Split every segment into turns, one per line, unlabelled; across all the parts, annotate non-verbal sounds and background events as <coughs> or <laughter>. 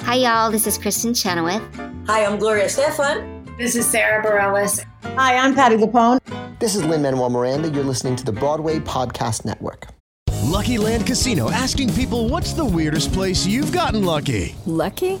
Hi, y'all. This is Kristen Chenoweth.
Hi, I'm Gloria Stefan.
This is Sarah Bareilles.
Hi, I'm Patty Lapone.
This is Lynn Manuel Miranda. You're listening to the Broadway Podcast Network.
Lucky Land Casino asking people what's the weirdest place you've gotten lucky?
Lucky?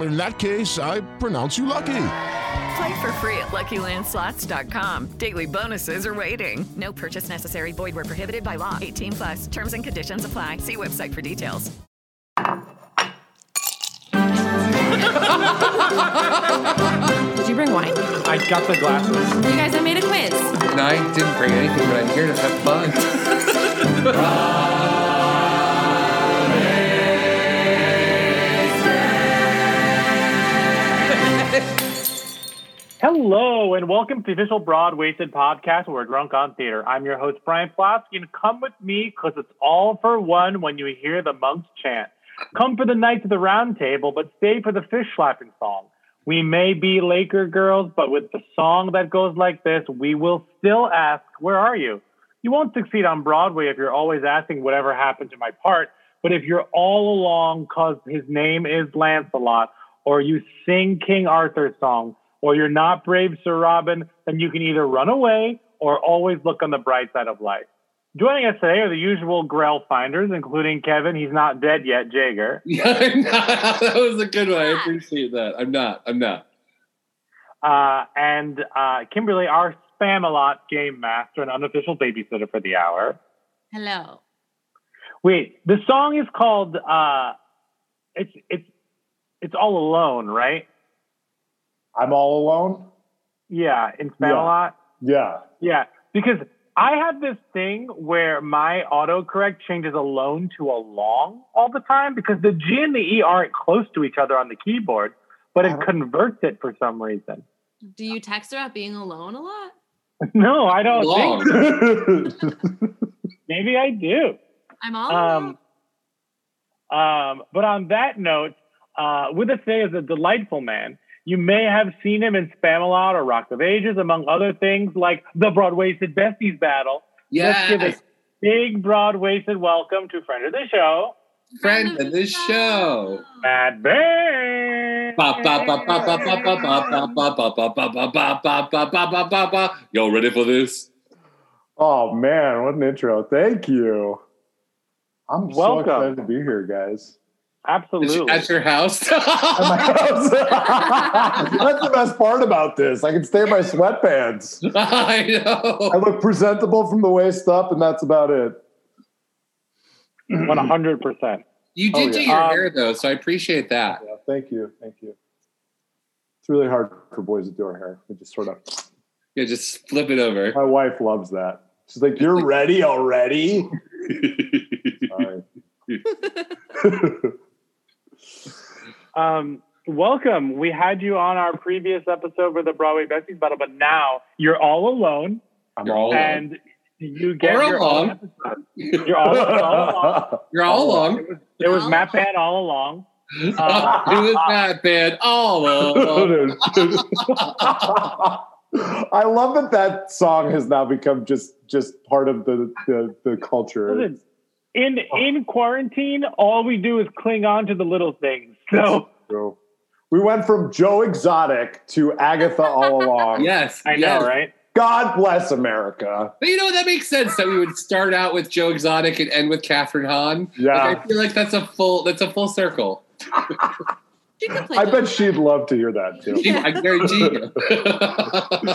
in that case, I pronounce you lucky.
Play for free at LuckyLandSlots.com. Daily bonuses are waiting. No purchase necessary. Void were prohibited by law. 18 plus. Terms and conditions apply. See website for details.
Did you bring wine?
I got the glasses.
You guys, I made a quiz.
No, I didn't bring anything, but I'm here to have fun.
Hello, and welcome to the official Broad Wasted podcast where we're drunk on theater. I'm your host, Brian Plotski, and come with me because it's all for one when you hear the monks chant. Come for the night to the round table, but stay for the fish slapping song. We may be Laker girls, but with the song that goes like this, we will still ask, Where are you? You won't succeed on Broadway if you're always asking whatever happened to my part, but if you're all along because his name is Lancelot, or you sing King Arthur's song, or you're not brave Sir Robin, then you can either run away or always look on the bright side of life. Joining us today are the usual Grail finders, including Kevin. He's not dead yet, Jager.
that was a good one. I appreciate that. I'm not. I'm not.
Uh, and uh, Kimberly, our Spamalot game master and unofficial babysitter for the hour.
Hello.
Wait, the song is called. Uh, it's it's it's all alone, right?
I'm all alone.
Yeah, in Spamalot.
Yeah.
yeah. Yeah, because I have this thing where my autocorrect changes alone to along all the time because the G and the E aren't close to each other on the keyboard, but
Uh-huh.
it converts it for some reason.
Do you text about being alone a lot?
no, I don't alone. think. So. Maybe I do.
I'm all um,
alone. Um, but on that note, uh, with us today is a delightful man. You may have seen him in Spamalot or Rock of Ages, among other things like the Broadwasted Besties battle.
Yes.
Let's give a big Broadwasted welcome to friend of the show.
Friend, friend of the show.
Matt Bain.
Y'all ready for this?
Oh man, what an intro. Thank you. I'm
welcome.
so excited to be here, guys. <laughs>
Absolutely.
At your house.
at my house. That's the best part about this. I can stay in my sweatpants.
I know.
I look presentable from the waist up, and that's about it.
<clears throat> 100%.
You did oh, yeah. do your um, hair, though, so I appreciate that.
Yeah, thank you. Thank you. It's really hard for boys to do our hair. We just sort of.
Yeah, just flip it over.
My wife loves that. She's like, You're ready already? Sorry.
Um, welcome. We had you on our previous episode for the Broadway Besties Battle, but now you're all alone.
I'm all
and
alone.
you get
We're
your
along.
Own episode. <laughs> You're all, all <laughs> along.
You're all along.
It was, it was Matt Pan all along.
Uh, it was Matt Pan all along.
I love that that song has now become just just part of the the, the culture.
Listen, in in quarantine, all we do is cling on to the little things. So
we went from Joe Exotic to
<laughs>
Agatha all along.
yes,
Oh, I
yes.
know, right?
God bless America.
But you know that makes sense that we would start out with Joe Exotic and end with Catherine Hahn.
Yeah,
like, I feel like that's a full that's a full circle.
I bet she'd love to hear that too.
I guarantee
<laughs>
you.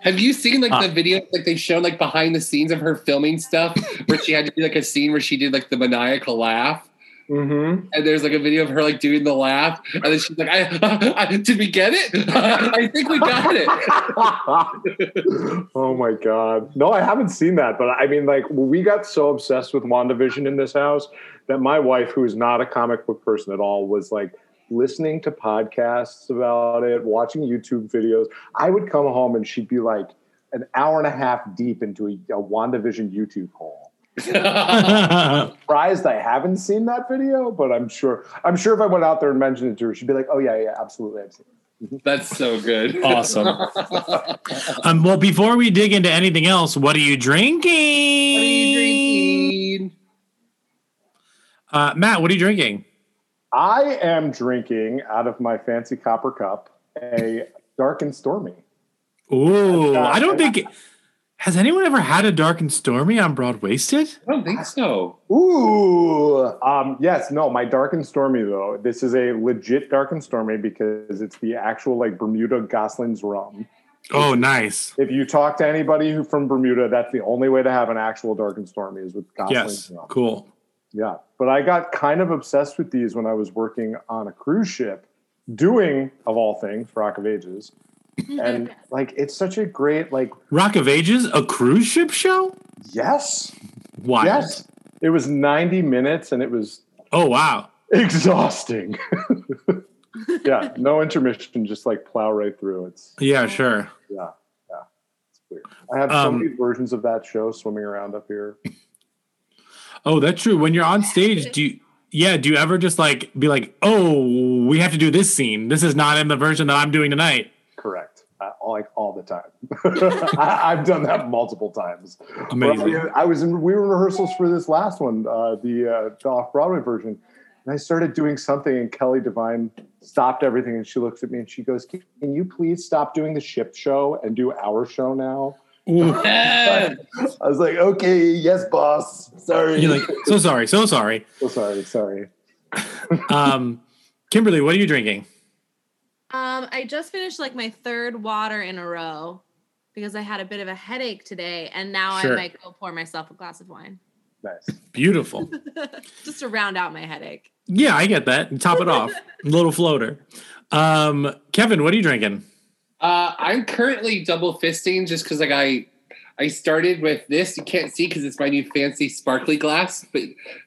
Have you seen like the videos like they show like behind the scenes of her filming stuff where she had to do like a scene where she did like the maniacal laugh?
Mm-hmm.
And there's like a video of her like doing the laugh, and then she's like, I, <laughs> I "Did we get it? <laughs> I think we got
it." <laughs> oh my god! No, I haven't seen that, but I mean, like, we got so obsessed with Wandavision in this house that my wife, who is not a comic book person at all, was like listening to podcasts about it, watching YouTube videos. I would come home and she'd be like an hour and a half deep into a, a WandaVision YouTube hole. surprised I haven't seen that video, but I'm sure I'm sure if I went out there and mentioned it to her, she'd be like, "Oh yeah, yeah, absolutely, I've seen it."
<laughs> That's so good.
Awesome.
<laughs>
um, well, before we dig into anything else, what are you drinking? What are
you drinking?
Uh, Matt, what are you drinking?
I am drinking out of my fancy copper cup a dark and stormy.
Ooh, uh, I don't think. It, has anyone ever had a dark and stormy on broad wasted?
I don't think so.
Ooh, um, yes, no. My dark and stormy though. This is a legit dark and stormy because it's the actual like Bermuda Gosling's rum.
Oh, nice.
If you talk to anybody who from Bermuda, that's the only way to have an actual dark and stormy is with
yes,
Gosling's
rum. Cool.
Yeah, but I got kind of obsessed with these when I was working on a cruise ship, doing of all things Rock
<laughs>
of Ages, and like it's such a great like
Rock of Ages, a cruise ship show.
Yes.
Why?
Yes. It was ninety minutes, and it was
oh wow,
exhausting. <laughs> yeah, no intermission, just like plow right through. It's
yeah, sure.
Yeah, yeah. It's weird. I have so um, many versions of that show swimming around up here.
Oh, that's true. When you're on stage, do you, yeah, do you ever just like be like, oh, we have to do this scene. This is not in the version that I'm doing tonight.
Correct. Uh, like all the time. <laughs> I, have done that multiple times.
Amazing.
But I was in, we were in rehearsals for this last one, uh, the, uh, the off Broadway version. And I started doing something and Kelly Devine stopped everything. And she looks at me and she goes, can you please stop doing the ship show and do our show now?
I
was like, okay, yes, boss. Sorry.
You're like, so sorry, so sorry.
So sorry, sorry.
<laughs> um, Kimberly, what are you drinking?
Um, I just finished like my third water in a row because I had a bit of a headache today, and now sure. I might go pour myself a glass of wine.
Nice.
Beautiful.
just to round out my headache.
Yeah, I get that. And top it off. Little floater. Um, Kevin, what are you drinking?
Uh, I'm currently double fisting just because like I I started with this. You can't see because it's my new fancy sparkly glass, but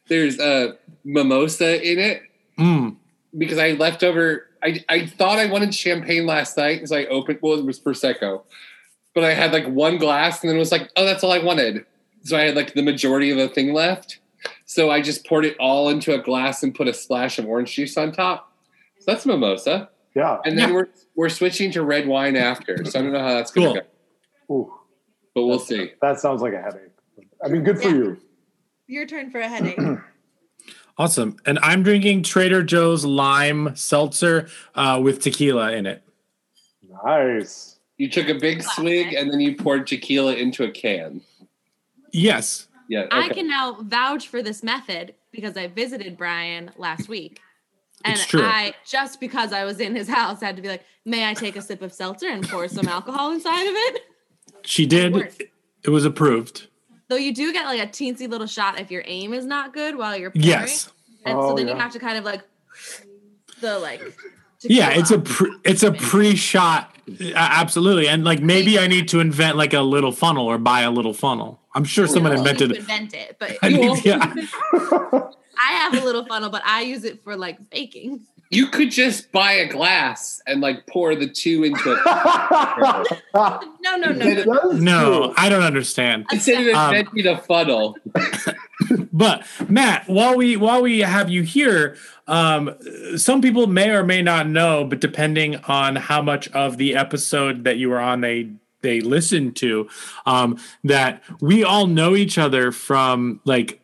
there's a mimosa in it
mm.
because I left over. I I thought I wanted champagne last night, so I opened. Well, it was prosecco, but I had like one glass and then was like, oh, that's all I wanted. So I had like the majority of the thing left. So I just poured it all into a glass and put a splash of orange juice on top. So that's mimosa.
Yeah.
And then
yeah.
we're we're switching to red wine after. So I don't know how that's
cool.
gonna
go. Ooh.
But we'll see.
That sounds like a headache. I mean, good for yeah. you.
Your turn for a headache.
awesome. And I'm drinking Trader Joe's lime seltzer uh, with tequila in it.
Nice.
You took a big swig and then you poured tequila into a can.
Yes.
Yeah. Okay.
I can now vouch for this method because I visited Brian last week. And I just because I was in his house I had to be like, may I take a sip of seltzer and pour some alcohol inside of it?
She did. It, it was approved.
Though you do get like a teensy little shot if your aim is not good while you're pouring.
Yes.
And oh, so then yeah. you have to kind of like the like
yeah, it's a pre, it's a pre-shot, absolutely, and like maybe I need to invent like a little funnel or buy a little funnel. I'm sure well, <laughs> someone invented
it. Invent it, but
I need, yeah.
I have a little funnel, but I use it for like baking.
You could just buy a glass and like pour the two into it.
<laughs>
no, no, no,
no. No, I don't understand.
Instead of um, inventing a funnel.
but Matt, while we while we have you here, um, some people may or may not know, but depending on how much of the episode that you were on, they they listened to, um, that we all know each other from like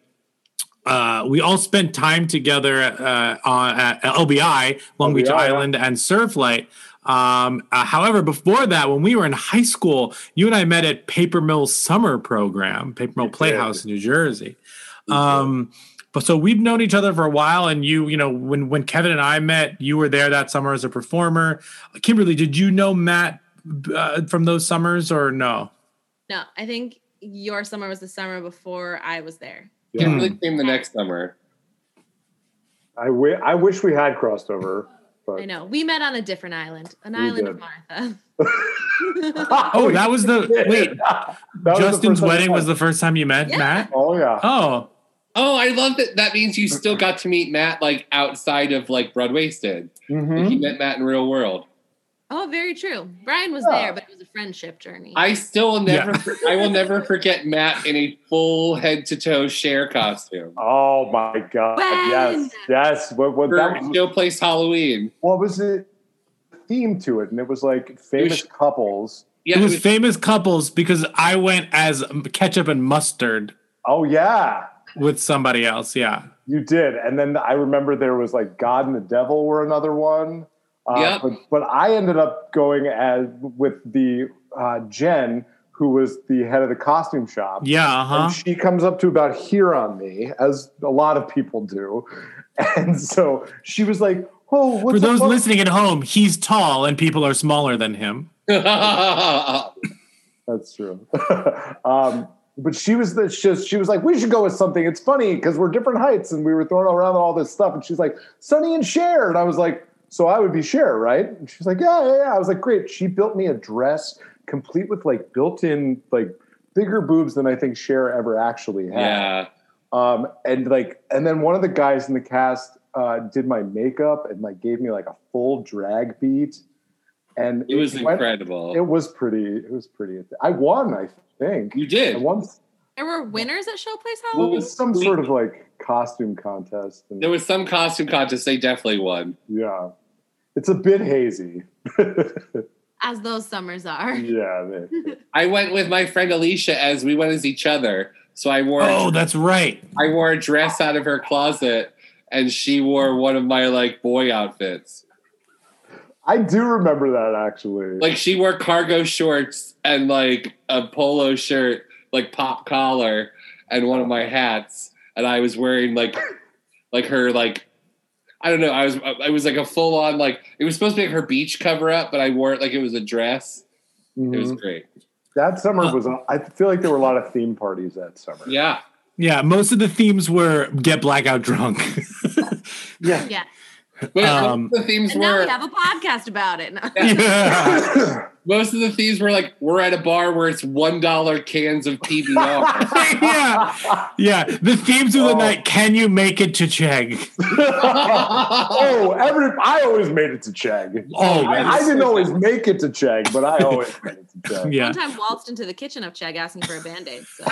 uh, we all spent time together uh, on, at LBI, Long LBI, Beach Island, yeah. and Surflight. Um, uh, however, before that, when we were in high school, you and I met at Paper Mill Summer Program, Paper Mill Playhouse in New Jersey. Um, but so we've known each other for a while, and you, you know, when when Kevin and I met, you were there that summer as a performer. Kimberly, did you know Matt uh, from those summers or no?
No, I think your summer was the summer before I was there.
Yeah. Kimberly came the next summer.
I, w- I wish we had crossed over.
I know. We met on a different island, an island of
did.
Martha. <laughs>
Oh, that was the wait.
<laughs> was the
Justin's
first time
wedding
I-
was the first time you met
Yeah.
Matt.
<laughs> Oh yeah.
Oh,
Oh, I love that. That means you still got to meet Matt like outside of like Broadway did.
Mm-hmm.
Like, you met Matt in real world.
Oh, very true. Brian was
Yeah.
there, but it was a friendship journey.
I still will never. I will never forget Matt in a full head to toe share costume.
Oh my god! Yes, yes. What, what
For
that was,
no place Halloween.
what was the theme to it? And it was like famous couples.
it was famous couples because I went as ketchup and mustard
Oh yeah,
with somebody else. Yeah.
you did. And then I remember there was like God and the Devil were another one. Uh,
Yep.
but, but I ended up going as with the uh, Jen, who was the head of the costume shop.
Yeah. Uh huh.
And she comes up to about here on me, as a lot of people do. <laughs> And so she was like, "Oh, what's
For those
up, Mom?"
listening at home, he's tall and people are smaller than him.
That's true. <laughs> um, but she was the she, she was like, we should go with something. It's funny because we're different heights and we were throwing around all this stuff. And she's like, Sunny and Cher. And I was like, so I would be Cher, right? And she's like, yeah, yeah, yeah. I was like, great. She built me a dress complete with like built-in like bigger boobs than I think Cher ever actually had.
<laughs> Yeah.
Um, and like, and then one of the guys in the cast uh, did my makeup and like gave me like a full drag beat, and
It was
went-
incredible.
it was pretty. It was pretty. I won. I think
You did.
I won
there were winners at Showplace
well, it
Halloween.
was some sort of like costume contest. And,
There was some costume contest. They definitely won.
yeah, it's a bit hazy.
as those summers are.
yeah, they-
I went with my friend Alicia as we went as each other. So I wore.
Oh, that's right.
I wore a dress out of her closet, and she wore one of my like boy outfits.
I do remember that actually.
Like she wore cargo shorts and like a polo shirt, like pop collar, and one of my hats, and I was wearing like, like her like. I don't know. I was I was like a full on like it was supposed to be like her beach cover up, but I wore it like it was a dress. It was
Mhm.
great.
that summer was. a- I feel like there were a lot of theme parties that summer.
Yeah. <laughs>
Yeah. Most of the themes were get blackout drunk.
Yeah.
Yeah.
Wait,
Um,
the themes
And now
were
we have a podcast about it. No.
yeah.
most of the themes were like we're at a bar where it's one dollar cans of
<laughs>
PBR.
<laughs> yeah. Yeah. The themes of the night. Can you make it to Chegg?
<laughs> oh, every I always made it to Chegg.
Oh,
I,
man.
I didn't always make it to Chegg, but I always made it to
<laughs>
<laughs>
Chegg.
yeah.
One time waltzed into the kitchen of Chegg asking for a band aid. So.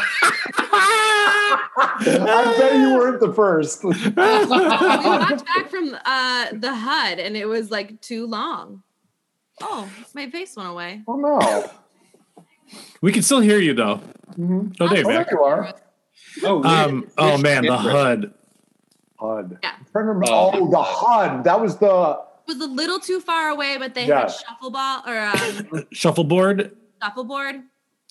I bet you weren't the first.
we walked back from uh, the HUD and it was like too long. Oh, my face went away.
oh no!
We can still hear you though. Oh, there you
Oh, there
are.
you are.
oh,
Um, oh man, the
different.
HUD.
HUD.
Yeah.
Trying to
Uh,
remember- Oh, the HUD. That was the
It was a little too far away, but they had
Yes.
shuffle ball or um,
Shuffleboard.
shuffleboard.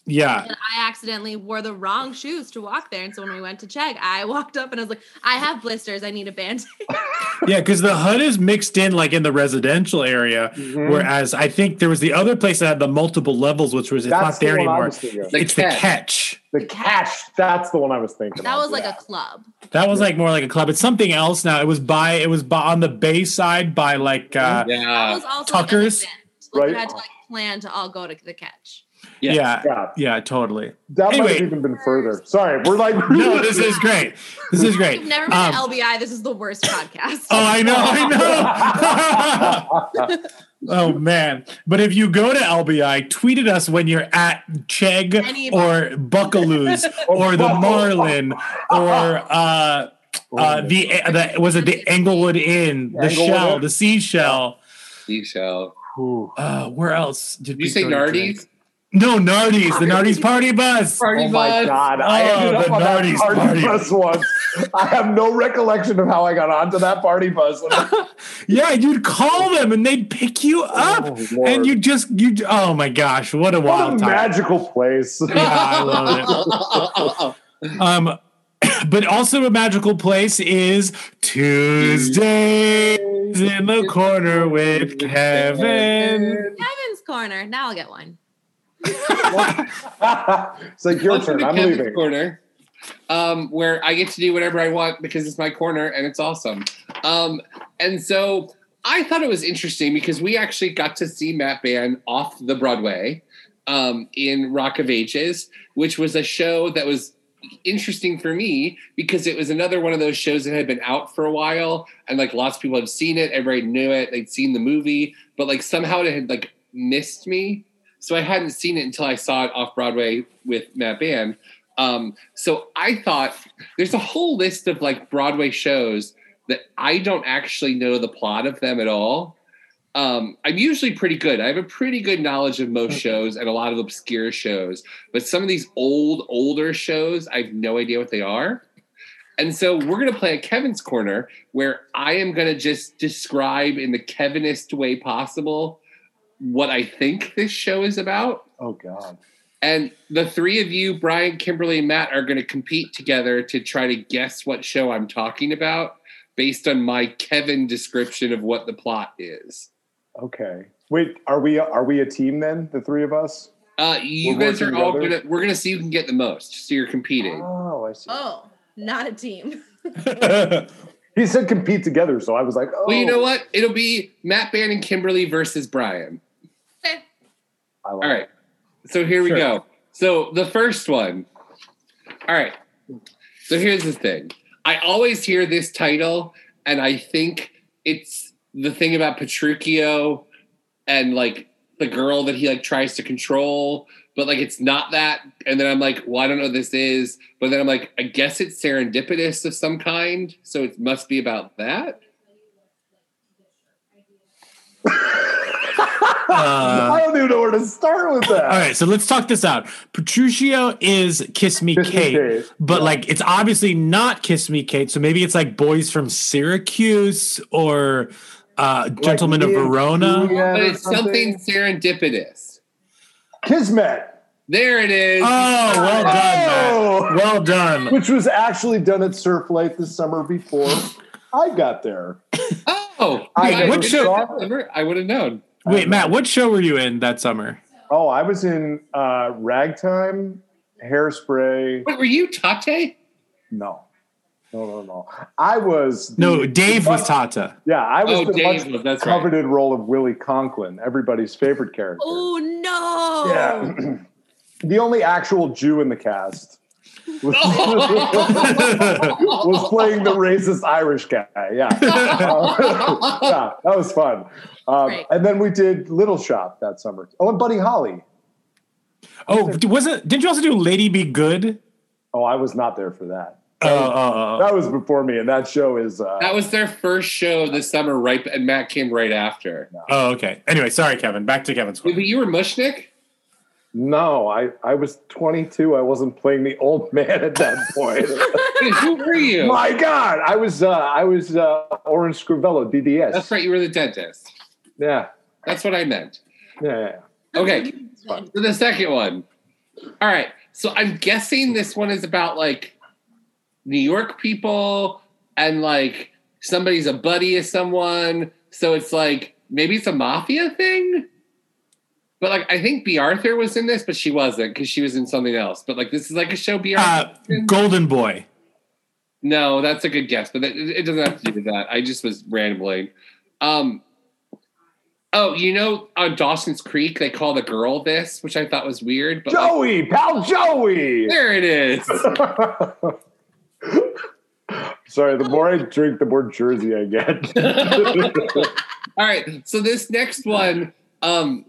Yeah.
And I accidentally wore the wrong shoes to walk there. And so when we went to Chegg, I walked up and I was like, I have blisters. I need a band aid.
Yeah, because the HUD is mixed in like in the residential area,
Mm-hmm.
Mm-hmm.
whereas I think there was the other place that had the multiple levels, which was it's
That's
not there
the one I
anymore.
was thinking of.
The
it's the
catch.
catch.
the catch. That's the one I was thinking.
That
of,
was like
yeah.
a club.
That was like more like a club. It's something else now. It was by it was by, on the bay side by like
Mm-hmm.
uh
That
Yeah.
was also
Tuckers?
Like, an event. Like,
Right.
You had to like plan to all go to the catch.
yeah, yeah.
Yeah.
totally.
That might have
Anyway.
even been further. Sorry, we're like
No, this is great. This is great.
You've never been
Um,
to LBI. This is the worst podcast.
Oh, I know, I
<laughs>
know. oh man! But if you go to LBI, tweet at us when you're at Chegg
Any of <laughs>
or Buckaloos or the Marlin or uh,
<laughs>
uh, the the was it the Englewood Inn, the
Englewood
Shell,
Inn.
the Seashell.
Seashell.
Ooh.
Uh, where else did
Did you
we
say
go to drink?
Nardies?
No, Nardies. The Nardies party bus.
Party
Oh my
bus?
god! I
Oh,
ended up
the
on
Nardies
that party
party.
bus once. I have no recollection of how I got onto that party bus.
<laughs> <laughs> Yeah, you'd call them and they'd pick you up,
Lord.
Ah, and you just you. Oh my gosh, what a
What a
wild time!
magical place!
<laughs>
<laughs>
Yeah, I love it.
<laughs>
<laughs> Um, <coughs> but also a magical place is Tuesdays in the corner with Kevin. <laughs>
Kevin's corner. Now I'll get one.
it's like your
Welcome
turn.
to
I'm
Kevin's
leaving.
corner, um, where I get to do whatever I want because it's my corner and it's awesome. Um, and so I thought it was interesting because we actually got to see Matt Ban off the Broadway um, in Rock of Ages, which was a show that was interesting for me because it was another one of those shows that had been out for a while and like lots of people had seen it everybody knew it they'd seen the movie but like somehow it had like missed me so i hadn't seen it until i saw it off broadway with matt ban um, so i thought there's a whole list of like broadway shows that i don't actually know the plot of them at all um, I'm usually pretty good. I have a pretty good knowledge of most shows and a lot of obscure shows, but some of these old, older shows, I have no idea what they are. And so we're going to play a Kevin's Corner where I am going to just describe in the Kevinest way possible what I think this show is about.
Oh, God.
And the three of you, Brian, Kimberly, and Matt, are going to compete together to try to guess what show I'm talking about based on my Kevin description of what the plot is.
Okay. Wait, are we are we a team then? The three of us?
Uh, you
We're
guys are
working
all
together?
gonna. We're gonna see who can get the most. So you're competing.
Oh, I see.
Oh, not a team.
he said compete together, so I was like, oh.
Well, you know what? It'll be Matt Ban and Kimberly versus Brian. all right. So here we go. So the first one. All right. So here's the thing. I always hear this title, and I think it's the thing about Petruchio and like the girl that he like tries to control, but like it's not that. And then I'm like, well, I don't know what this is. But then I'm like, I guess it's serendipitous of some kind. So it must be about that.
I don't even know where to start with that.
Uh, All right, so let's talk this out. Petruchio is Kiss Me
Kiss Me
Kate,
Kate,
but like it's obviously not Kiss Me Kate, so maybe it's like Boys from Syracuse or uh, Gentlemen of
Me and
Verona.
but
Uh,
it's something serendipitous.
Kismet. Oh!
There it is.
Oh, well done, Matt. Well done.
Which was actually done at Surf Life the summer before I got there.
Oh,
I
I,
never
would
saw
have, I would have known.
Wait, Matt, what show were you in that summer?
Oh, I was in uh, Ragtime, Hairspray.
Wait, were you Tate?
No. No, no, no. I was. the-
No, Dave was Tata.
Yeah, I was
Oh,
the
Dave
much
was- that's right.
coveted role of Willie Conklin, everybody's favorite character.
Oh no.
Yeah. <clears throat> the only actual Jew in the cast was, was playing the racist Irish guy. Yeah. <laughs> Uh, yeah, that was fun. Um,
Great.
And then we did Little Shop that summer. Oh, and Buddy Holly.
<laughs> Oh, d- wasn't? Didn't you also do Lady Be Good?
Oh, I was not there for that.
Oh, oh,
That was before me, and that show is. Uh,
That was their first show this summer, right? And Matt came right after.
oh. oh, okay. Anyway, sorry, Kevin. Back to Kevin's.
Wait, but you were Mushnick?
no, I, I was 22. I wasn't playing the old <laughs> man at that
<laughs>
point.
Wait, who were you?
<laughs> My God, I was uh, I was uh, Orange Scrivello, DDS.
That's right. You were the dentist.
Yeah,
That's what I meant.
yeah, yeah.
Okay. so the second one. All right. So I'm guessing this one is about like New York people and like somebody's a buddy of someone. So it's like maybe it's a mafia thing. But like I think B. Arthur was in this, but she wasn't because she was in something else. But like this is like a show B. Arthur.
Uh, Golden Boy.
No, that's a good guess, but that, it doesn't have to do with that. I just was rambling. Um, oh, you know, on Dawson's Creek, they call the girl this, which I thought was weird. But like,
Joey, pal, <laughs> Joey.
there it is. <laughs>
Sorry, the more I drink, the more Jersey I get.
All right. So this next one, um,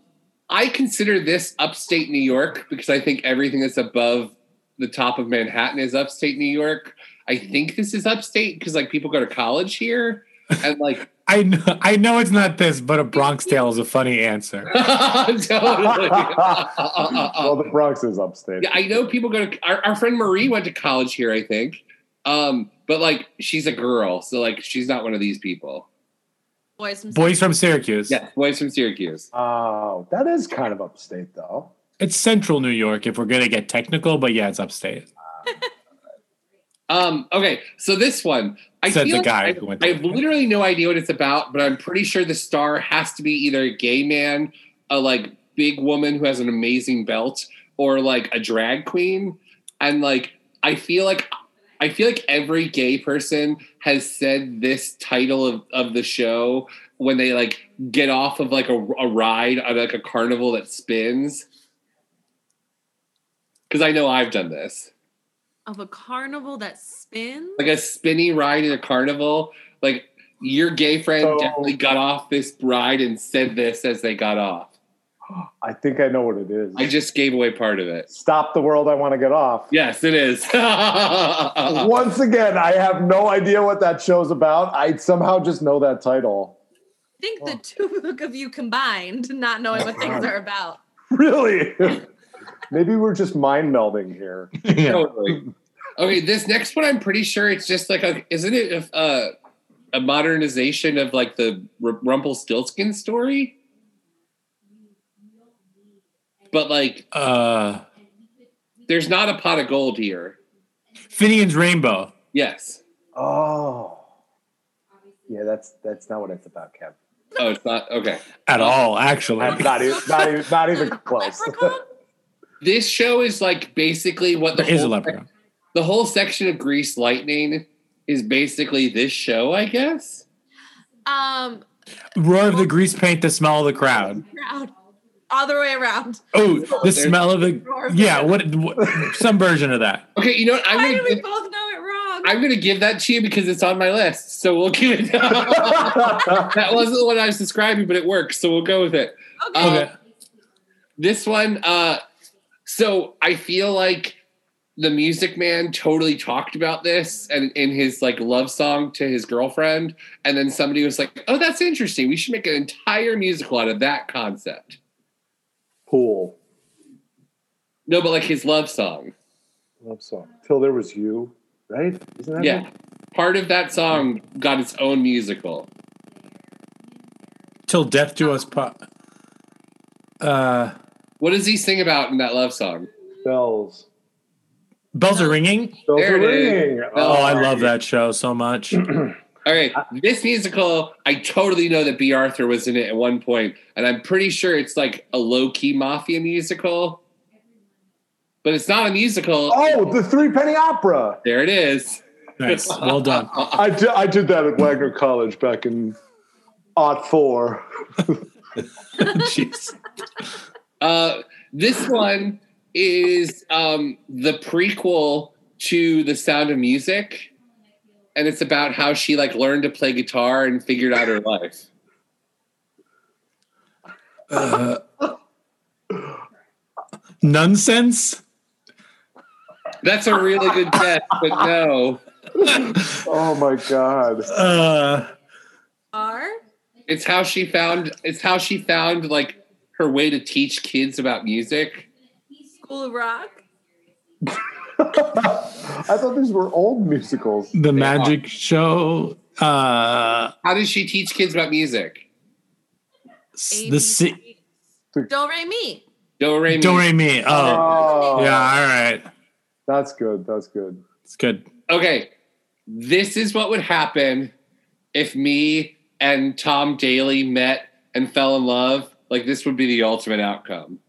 I consider this upstate New York because I think everything that's above the top of Manhattan is upstate New York. I think this is upstate because like people go to college here and like <laughs>
I know, I know it's not this, but a Bronx Tale is a funny answer.
totally.
<laughs> well, the Bronx is upstate.
Yeah, I know people go to our, our friend Marie went to college here, I think. Um, but like she's a girl, so like she's not one of these people.
Boys from
Boys from Syracuse.
Yeah, boys from Syracuse.
Oh, that is kind of upstate, though.
It's central New York if we're going to get technical, but yeah, it's upstate.
Um, okay, so this one, I
Said
feel
the guy
like I-
who went
I,
to-
have literally no idea what it's about, but I'm pretty sure the star has to be either a gay man, a like big woman who has an amazing belt, or like a drag queen. And like I feel like I feel like every gay person has said this title of, of the show when they like get off of like a, a ride on like a carnival that spins. Because I know I've done this.
Of a carnival that spins?
Like a spinny ride in a carnival. Like your gay friend
So-
definitely got off this ride and said this as they got off.
I think I know what it is.
I just gave away part of it.
Stop the world! I want to get off.
Yes, it is. <laughs> Uh-huh.
Once again, I have no idea what that show's about. I somehow just know that title. <laughs>
I think
oh.
the two <laughs> of you combined, not knowing what things are about.
Really? <laughs> Maybe we're just mind melding here.
Totally. Okay, this next one, I'm pretty sure it's just like a, isn't it a, a, a modernization of like the R- Rumpelstiltskin story? But like,
uh,
there's not a pot of gold here.
Finian's Rainbow.
Yes.
Oh. Yeah, that's that's not what it's about, Kev.
Oh, it's not okay
at all. Actually,
not even not even, not even close. <laughs>
This show is like basically what the
There is a
whole,
leprechaun.
the whole section of Grease Lightning is basically this show, I guess.
Um,
Roar of the grease paint, the smell of the crowd.
round. All the way around.
Oh, the smell of the
Roar of the-
yeah. What, what some version of that?
Okay, you know what? I'm
Why did
gonna
we
give-
both know it wrong?
I'm gonna give that to you because it's on my list. So we'll give
<laughs>
it. that wasn't what I was describing, but it works. So we'll go with it.
Okay.
Um, this one. Uh, so I feel like the Music Man totally talked about this and in his like love song to his girlfriend, and then somebody was like, "Oh, that's interesting. We should make an entire musical out of that concept."
Pool.
No, but like his love song.
Love song. Till there was you, right? Isn't that
Yeah, part of that song got its own musical.
Till death do us part. Uh,
What does he sing about in that love song?
Bells.
bells are ringing.
Bells
There
are
it is.
ringing.
Oh, I love that show so much.
All right, this musical, I totally know that B. Arthur was in it at one point, and I'm pretty sure it's like a low key mafia musical, but it's not a musical.
Oh, the three penny opera.
There it is.
Nice. Well done.
I di- I did that at Wagner College back in aught four.
Jeez.
Uh, this one is um, the prequel to The Sound of Music, and it's about how she like learned to play guitar and figured out her life.
Uh, nonsense.
That's a really good guess, but no,
Oh my god.
Uh,
Are?
it's how she found. It's how she found like her way to teach kids about music.
School of Rock?
I thought these were old musicals.
the magic show. Uh,
How does she teach kids about music?
s- the si-
Don't rate me.
Do re mi.
don't worry me. Oh,
Oh,
yeah. All right.
That's good. That's good.
It's good.
Okay, this is what would happen if me and Tom Daly met and fell in love. Like this would be the ultimate outcome.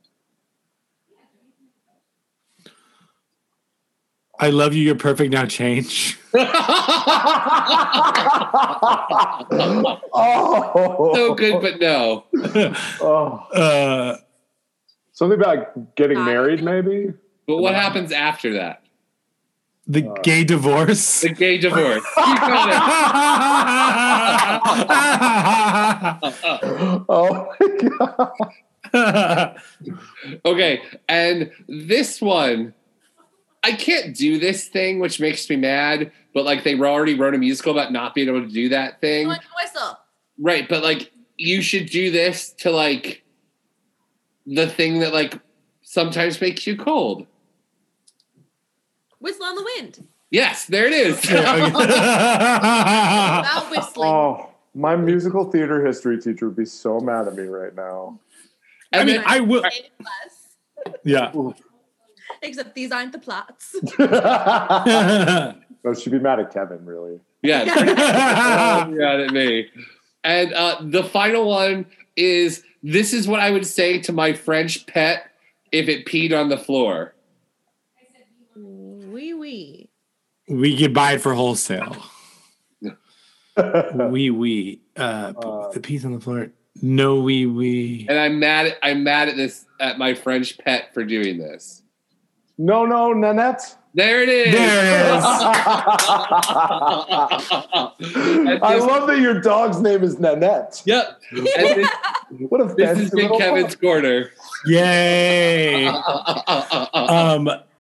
I love you. You're perfect. Now change.
Oh,
so good, but no.
oh.
Uh,
something about getting married, maybe.
But <laughs> what happens after that?
the gay
<laughs>
divorce. <laughs>
The gay divorce. You got
oh
it. Uh, uh.
Oh my god!
Okay, and this one, I can't do this thing, which makes me mad. But like they already wrote a musical about not being able to do that thing.
Like a whistle.
Right, but like you should do this to like the thing that like sometimes makes you cold.
Whistle on the
<laughs>
wind.
Yes, there it is.
<laughs>
Without whistling.
Oh, my musical theater history teacher would be <laughs> so mad at me right now.
<laughs>
I mean,
then-
I will.
Same class.
Yeah.
Except these aren't the plots.
no, she'd be mad at Kevin, really. <laughs>
<laughs>
yes. Oh, you're mad at me. And uh, the final one is this is what I would say to my French pet if it peed on the floor.
Wee wee.
We could buy it for wholesale. wee wee. Uh, put the piece on the floor. No wee wee.
And I'm mad. At, I'm mad at this at my French pet for doing this.
No,
<laughs>
no, Nanette.
There it is.
There it is.
<laughs>
I love that your dog's name is Nanette.
Yep.
<laughs>
And this,
what a
this has
fancy
been
little
Kevin's corner.
<laughs> Yay. um,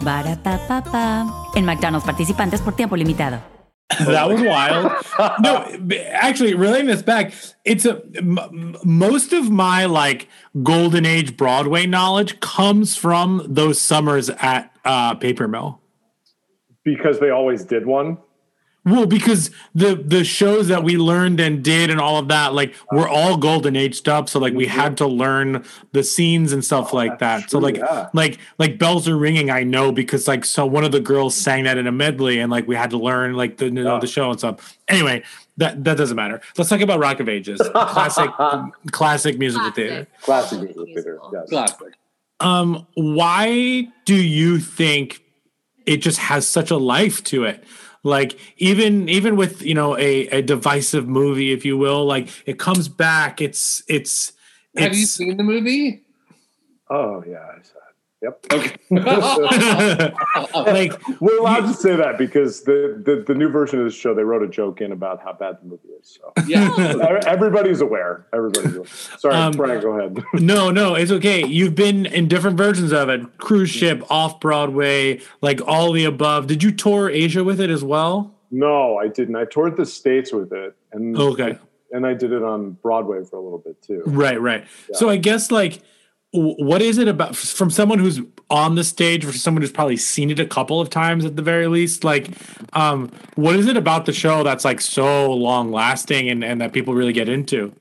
Barapapapa. En McDonald's participantes por tiempo limitado.
that was wild. <laughs> no, b- actually, relating this back, it's a m- m- most of my like golden age Broadway knowledge comes from those summers at uh, Paper Mill.
Because they always
<laughs>
did one.
Well, because the the shows that we learned and did and all of that, like were all golden age stuff. So like we had to learn the scenes and stuff like that. so
Mm-hmm. Oh, true,
like
yeah.
like like bells are ringing. I know because like so one of the girls sang that in a medley, and like we had to learn like the you know, the show and stuff. Anyway, that that doesn't matter. Let's talk about Rock of Ages,
<laughs>
classic classic musical theater.
Classic musical theater. Yes.
Classic.
Um, why do you think it just has such a life to it? Like even even with you know a, a divisive movie, if you will, like it comes back. It's it's
Have you
it's
seen the movie?
Oh yeah. I saw it. Yep.
Okay.
<laughs>
<laughs>
like
We're allowed to say that because the, the the new version of this show they wrote a joke in about how bad the movie is.
<laughs>
So
Yeah.
<laughs>
Ev- everybody's aware. Everybody's aware. Sorry,
Um,
Brian, go ahead.
no no it's okay. You've been in different versions of it: cruise ship, off Broadway, like all the above. Did you tour Asia with it as well?
no, I didn't. I toured the states with it, and
Okay.
and I did it on Broadway for a little bit too.
Right, right. So I guess like w- what is it about from someone who's on the stage versus someone who's probably seen it a couple of times at the very least like um what is it about the show that's like so long lasting and and that people really get into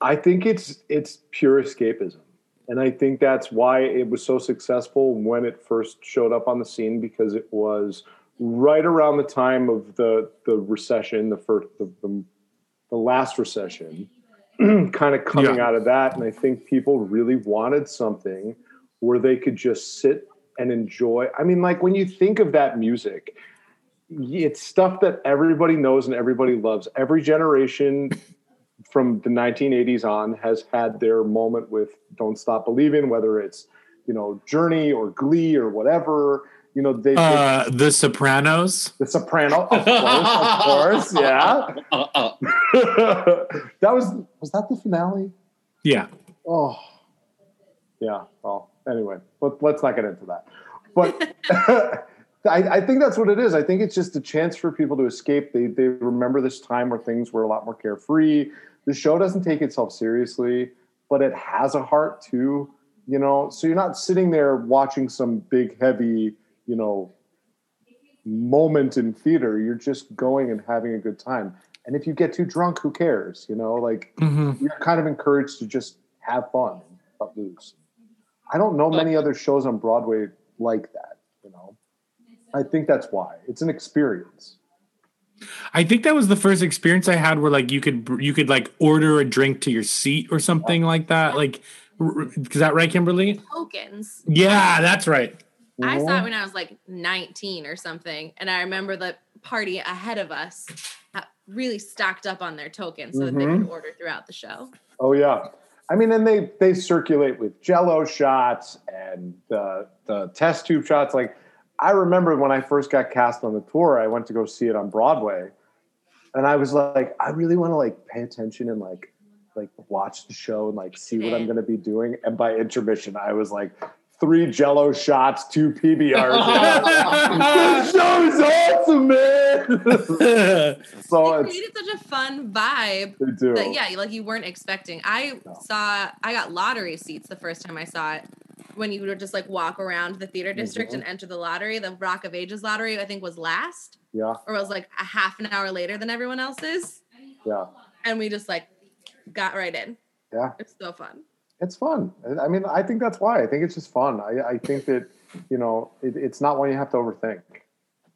I think it's it's pure escapism. And I think that's why it was so successful when it first showed up on the scene because it was right around the time of the the recession, the first the, the, the last recession, <clears throat> kind of coming
Yeah.
out of that and I think people really wanted something where they could just sit and enjoy. I mean like when you think of that music, it's stuff that everybody knows and everybody loves. Every generation from the 1980s on has had their moment with Don't Stop Believing, whether it's, you know, Journey or Glee or whatever. You know, they,
uh the sopranos
The Soprano, of course, of
<laughs>
course, yeah.
Uh, uh.
that was, was that the finale?
yeah
Oh, yeah. Well, anyway, but
<laughs>
let's not get into that. But <laughs> I, I think that's what it is. I think it's just a chance for people to escape. They they remember this time where things were a lot more carefree. The show doesn't take itself seriously, but it has a heart too. You know, so you're not sitting there watching some big heavy, you know, moment in theater. You're just going and having a good time. And if you get too drunk, who cares? You know, like
Mhm.
you're kind of encouraged to just have fun and cut loose. I don't know many other shows on Broadway like that, you know. I think that's why. It's an experience.
I think that was the first experience I had where like you could br- you could like order a drink to your seat or something like that. Like r- r- is that right, Kimberly?
Tokens.
Yeah, that's right.
I
Mm-hmm.
saw it when I was like 19 or something, and I remember the party ahead of us uh, really stocked up on their tokens so that they could
Mhm.
order throughout the show.
Oh yeah. I mean, and they they circulate with jello shots and the the test tube shots. Like I remember when I first got cast on the tour, I went to go see it on Broadway. And I was like, I really want to like pay attention and like like watch the show and like see what I'm gonna be doing. And by intermission, I was like three jello shots, two
<laughs>
PBRs. this show is
<laughs>
awesome, man. <laughs> so
They
Oh, it's
created such a fun vibe
they do.
that yeah, like you weren't expecting. I saw I got lottery seats the first time I saw it. When you would just like walk around the
Mm-hmm.
theater district and enter the lottery, the Rock of Ages lottery I think was last
yeah.
or was like a half an hour later than everyone else's.
Yeah.
and we just like got right in.
Yeah.
It's so fun.
It's fun. I mean, I think that's why. I think it's just fun. I, I think that, you know, it, it's not one you have to overthink.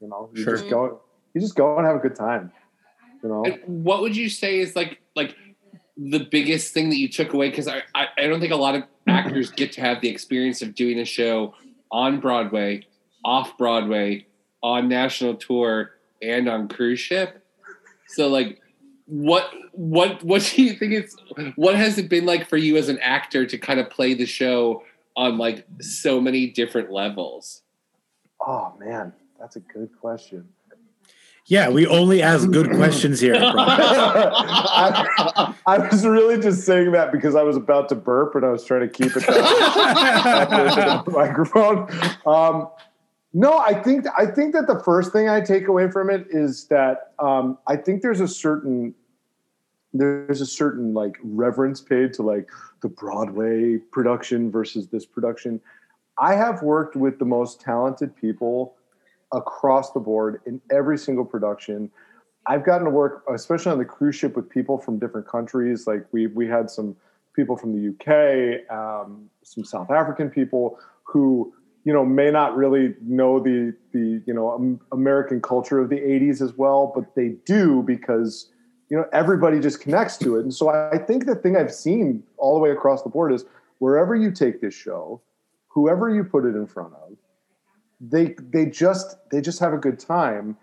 You know, you
Sure.
just go you just go and have a good time. You know?
And what would you say is like like the biggest thing that you took away? Because I, I I don't think a lot of actors get to have the experience of doing a show on Broadway, off Broadway, on national tour, and on cruise ship. So like, what what <laughs> what do you think it's what has it been like for you as an actor to kind of play the show on like so many different levels?
Oh man, that's a good question.
Yeah, we only ask good questions
<laughs>
here.
I, I was really just saying that because I was about to burp and I was trying to keep it down <laughs> the <laughs> microphone. Um, no, I think I think that the first thing I take away from it is that um, I think there's a certain there's a certain like reverence paid to like the Broadway production versus this production. I have worked with the most talented people across the board in every single production. I've gotten to work, especially on the cruise ship, with people from different countries. Like we we had some people from the UK, um, some South African people who you know may not really know the the you know um, American culture of the '80s as well, but they do because you know everybody just connects to it. And so I, I think the thing I've seen all the way across the board is wherever you take this show, whoever you put it in front of, they they just they just have a good time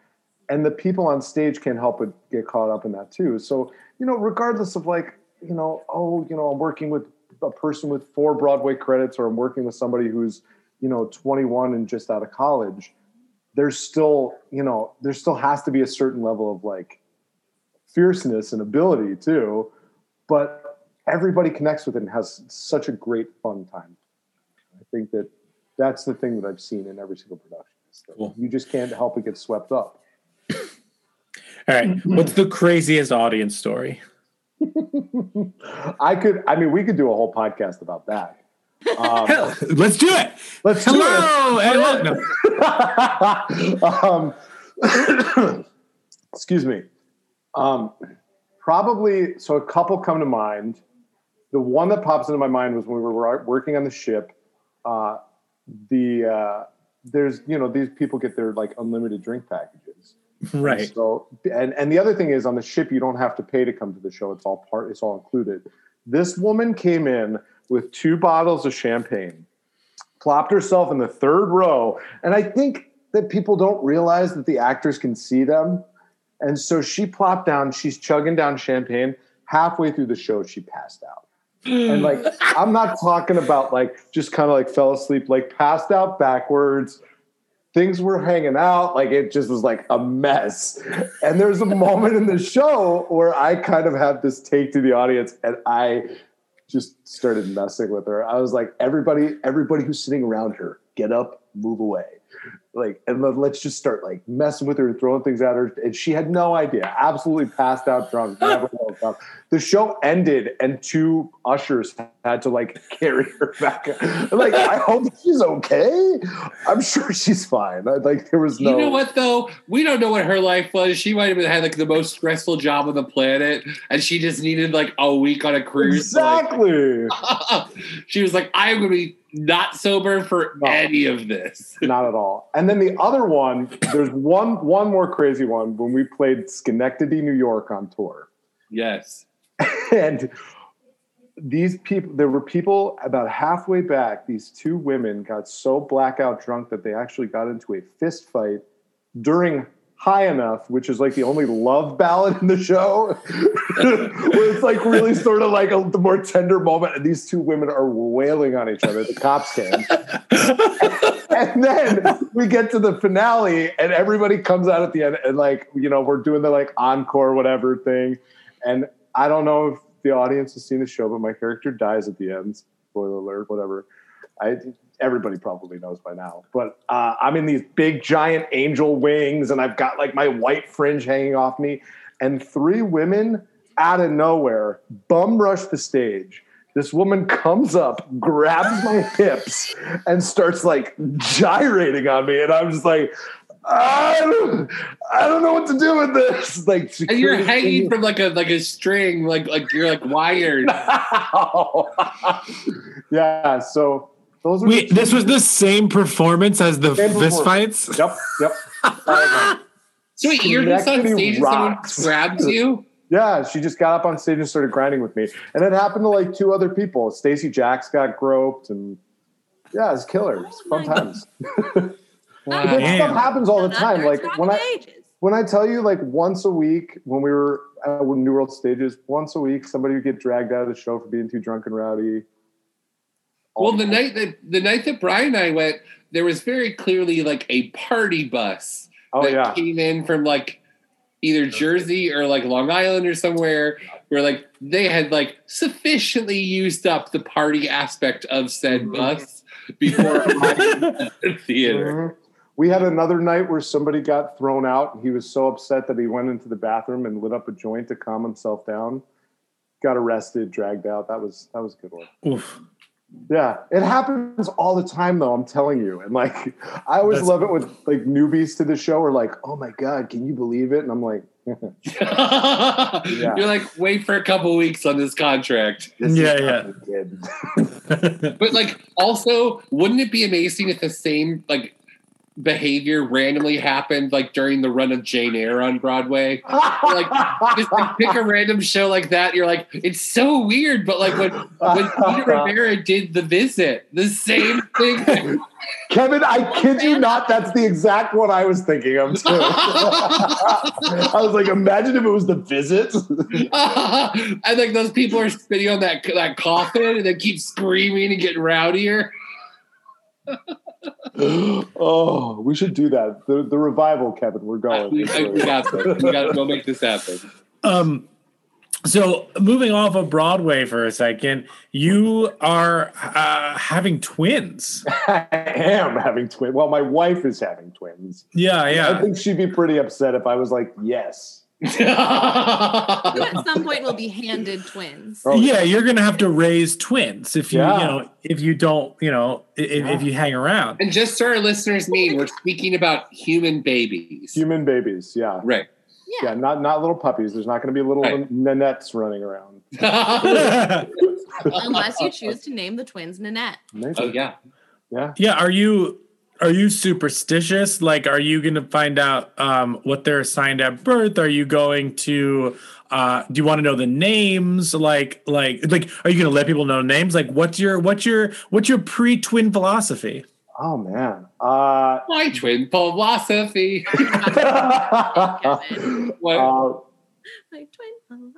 and the people on stage can't help but get caught up in that too so you know regardless of like you know oh you know i'm working with a person with four broadway credits or i'm working with somebody who's you know 21 and just out of college there's still you know there still has to be a certain level of like fierceness and ability too but everybody connects with it and has such a great fun time i think that that's the thing that i've seen in every single production is that you just can't help but get swept up <laughs>
All right, what's the craziest audience story?
I could. I mean, we could do a whole podcast about that.
<laughs>
Um,
let's do it.
Let's
Hello, and welcome.
<laughs> do it. um, <coughs> excuse me. Um, probably. So a couple come to mind. The one that pops into my mind was when we were working on the ship. Uh, the uh, there's you know these people get their like unlimited drink packages.
Right.
So and and the other thing is on the ship you don't have to pay to come to the show. It's all part. It's all included. This woman came in with two bottles of champagne, plopped herself in the third row, and I think that people don't realize that the actors can see them. And so she plopped down. She's chugging down champagne. Halfway through the show, she passed out. And like, I'm not talking about like just kind of like fell asleep, like passed out backwards. Things were hanging out. Like it just was like a mess. And there's a moment in the show where I kind of have this take to the audience and I just started messing with her. I was like, everybody, everybody who's sitting around her, get up, move away. Like, and then let's just start like messing with her and throwing things at her. And she had no idea. Absolutely passed
<laughs>
out drunk, never woke up. The show ended and two ushers had to like <laughs> carry her back. Like, I hope <laughs> she's okay. I'm sure she's fine. I- Like there was no
You know what though? We don't know what her life was. She might have had like the most stressful job on the planet, and she just needed like a week on a cruise. to, like-
Exactly.
<laughs> she was like, "I'm gonna be not sober for any of this."
Not at all. And then the other one, there's one one more crazy one when we played Schenectady, New York on tour.
Yes.
<laughs> And these people there were people about halfway back, these two women got so blackout drunk that they actually got into a fist fight during High Enough, which is like the only love ballad in the show. <laughs> where it's like really sort of like a, the more tender moment, and these two women are wailing on each other. The cops came <laughs> and then we get to the finale and everybody comes out at the end and like you know we're doing the like encore whatever thing and i don't know if the audience has seen the show but my character dies at the end spoiler alert whatever i everybody probably knows by now but uh, i'm in these big giant angel wings and i've got like my white fringe hanging off me and three women out of nowhere bum rush the stage this woman comes up,
<laughs>
grabs my hips, and starts like gyrating on me. And I'm just like, I don't, I don't know what to do with this. Like
and you're hanging from like a like a string, like like you're like
<laughs>
wired.
yeah. So those were
Wait,
the two-
this was the same performance as the
Same
fist
performance.
fights?
Yep, yep.
So wait, you're just on
Schenectady
stage and someone
rocks.
grabs
<laughs>
you?
Yeah, she just got up on stage and started grinding with me, and it happened to like two other people. Stacy Jacks got groped, and yeah, it's killer. It's fun times. But that
Damn.
stuff happens all the
That
time.
nerd's
Like
gotten
when I
ages.
when I tell you like once a week when we were at New World Stages, once a week somebody would get dragged out of the show for being too drunk and rowdy.
Well, the night that the night that Brian and I went, there was very clearly like a party bus
Oh,
that <laughs>
yeah.
came in from like either Jersey or like Long Island or somewhere where like they had like sufficiently used up the party aspect of
Mm-hmm.
said bus before my theater.
Mhm. We had another night where somebody got thrown out. and He was so upset that he went into the bathroom and lit up a joint to calm himself down. Got arrested, dragged out. That was that was a good one.
Oof. <laughs>
Yeah, it happens all the time, though. I'm telling you, and like I always
That's-
love it when like newbies to the show are like, "Oh my god, can you believe it?" And I'm like, <laughs>
<laughs>
Mm-hmm.
You're like, wait for a couple weeks on this contract.
yeah, yeah.
But like, also, wouldn't it be amazing if the same like behavior randomly happened like during the run of Jane Eyre on Broadway? like,
<laughs>
just like, pick a random show like that. You're like, it's so weird. But like when when Peter Rivera did the visit, the same thing. <laughs>
"Kevin, I kid you not, that's the exact one I was
<laughs>
thinking of <laughs> too." I was like, "Imagine if it was the visit."
and like those people are spitting on that that coffin and they keep screaming and getting rowdier.
<gasps> oh, we should do that. The the revival, Kevin. We're going.
<laughs> We, we got this. We got to go make this happen. <laughs>
Um, so moving off of Broadway for a second, you are uh, having twins.
<laughs> I am having twins. Well, my wife is having twins.
Yeah,
I
yeah.
think she'd be pretty upset if I was like, yes.
You at some point will be handed
<laughs>
twins.
Oh,
Oh,
yeah, you're gonna have to raise twins if you,
Yeah.
you know, if you don't, you know, i- if, if you hang around.
And just so our listeners mean, we're speaking about human babies.
Human babies, yeah.
Right. <laughs>
Yeah, not not little puppies. There's not going to be little
Right.
nanettes running around.
Oh,
Unless you choose to name the twins Nanette.
Maybe.
Oh yeah.
Yeah.
<laughs> Yeah. Are you are you superstitious? Like, are you gonna find out um, what they're assigned at birth? Are you going to? Uh, do you want to know the names? Like, like, like, are you gonna let people know names? Like, what's your what's your what's your pre twin philosophy? <laughs>
Oh man. Uh, <laughs>
My twin philosophy. What?
uh,
Like twin.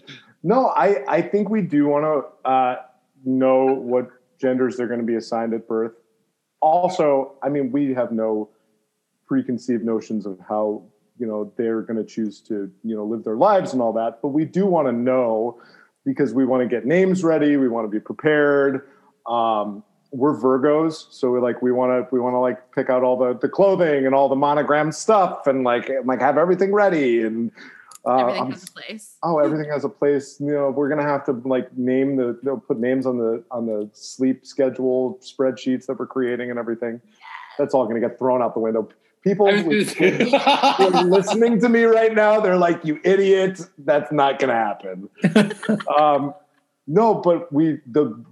<laughs> no, I I think we do want to uh, know what genders they're going to be assigned at birth. Also, I mean, we have no preconceived notions of how you know they're going to choose to you know live their lives and all that, but we do want to know because we want to get names ready. We want to be prepared. Um, we're Virgos, so we like we want to we want to like pick out all the the clothing and all the monogrammed stuff and like like have everything ready and uh,
Everything
I'm
has a place.
oh everything has a place you know we're gonna have to like name the they'll put names on the on the sleep schedule spreadsheets that we're creating and everything that's all gonna get thrown out the window people
I was
who
gonna say-
who are listening to me right now they're like you idiot that's not gonna happen um, no but we the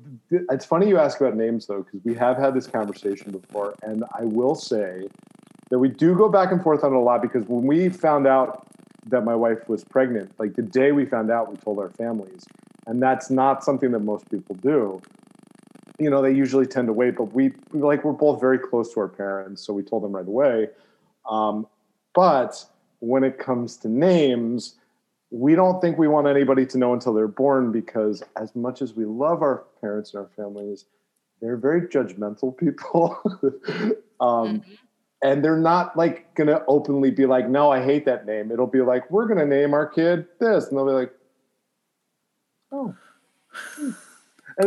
it's funny you ask about names though because we have had this conversation before and i will say that we do go back and forth on it a lot because when we found out that my wife was pregnant, like the day we found out, we told our families. And that's not something that most people do. You know, they usually tend to wait, but we we, like we're both very close to our parents, so we told them right away. Um, but when it comes to names, we don't think we want anybody to know until they're born because as much as we love our parents and our families, they're very judgmental people. <laughs> um,
Mm-hmm.
and they're not like gonna openly be like, "No, I hate that name." It'll be like, "We're gonna name our kid this," and they'll be like,
<sighs>
"Oh," and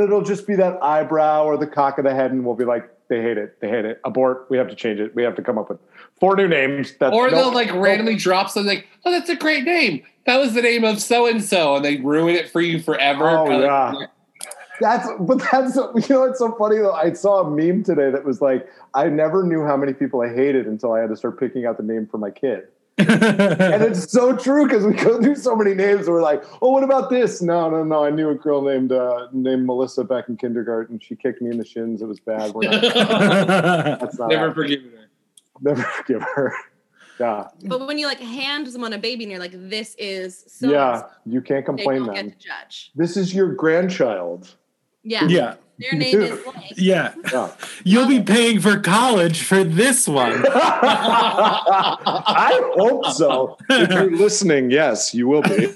it'll just be that eyebrow or the cock of the head, and we'll be like, "They hate it. They hate it. Abort. We have to change it. We have to come up with four new names."
<laughs>
That's,
Or
no-
they'll like
no-
randomly drop something like, oh, that's a great name. That was the name of so and so, and they ruin it for you forever.
Oh
Kinda
yeah.
like-
That's but that's you know it's so funny though. I saw a meme today that was like, I never knew how many people I hated until I had to start picking out the name for my kid. and it's so true because we go through so many names. And we're like, oh, what about this? No, no, no. I knew a girl named uh, named Melissa back in kindergarten. She kicked me in the shins. It was bad. We're
<laughs>
not, that's
not Never forgive her.
Never forgive her. <laughs> Yeah.
But when you like hand someone a baby and you're like, this is so
Yeah, you can't complain
they don't
then.
get to judge.
This is your
<laughs>
grandchild. <laughs>
Yeah.
Yeah.
Their name is like
Yeah. You'll be paying for college for this one.
I hope so. If you're listening, yes, you will
<laughs>
be.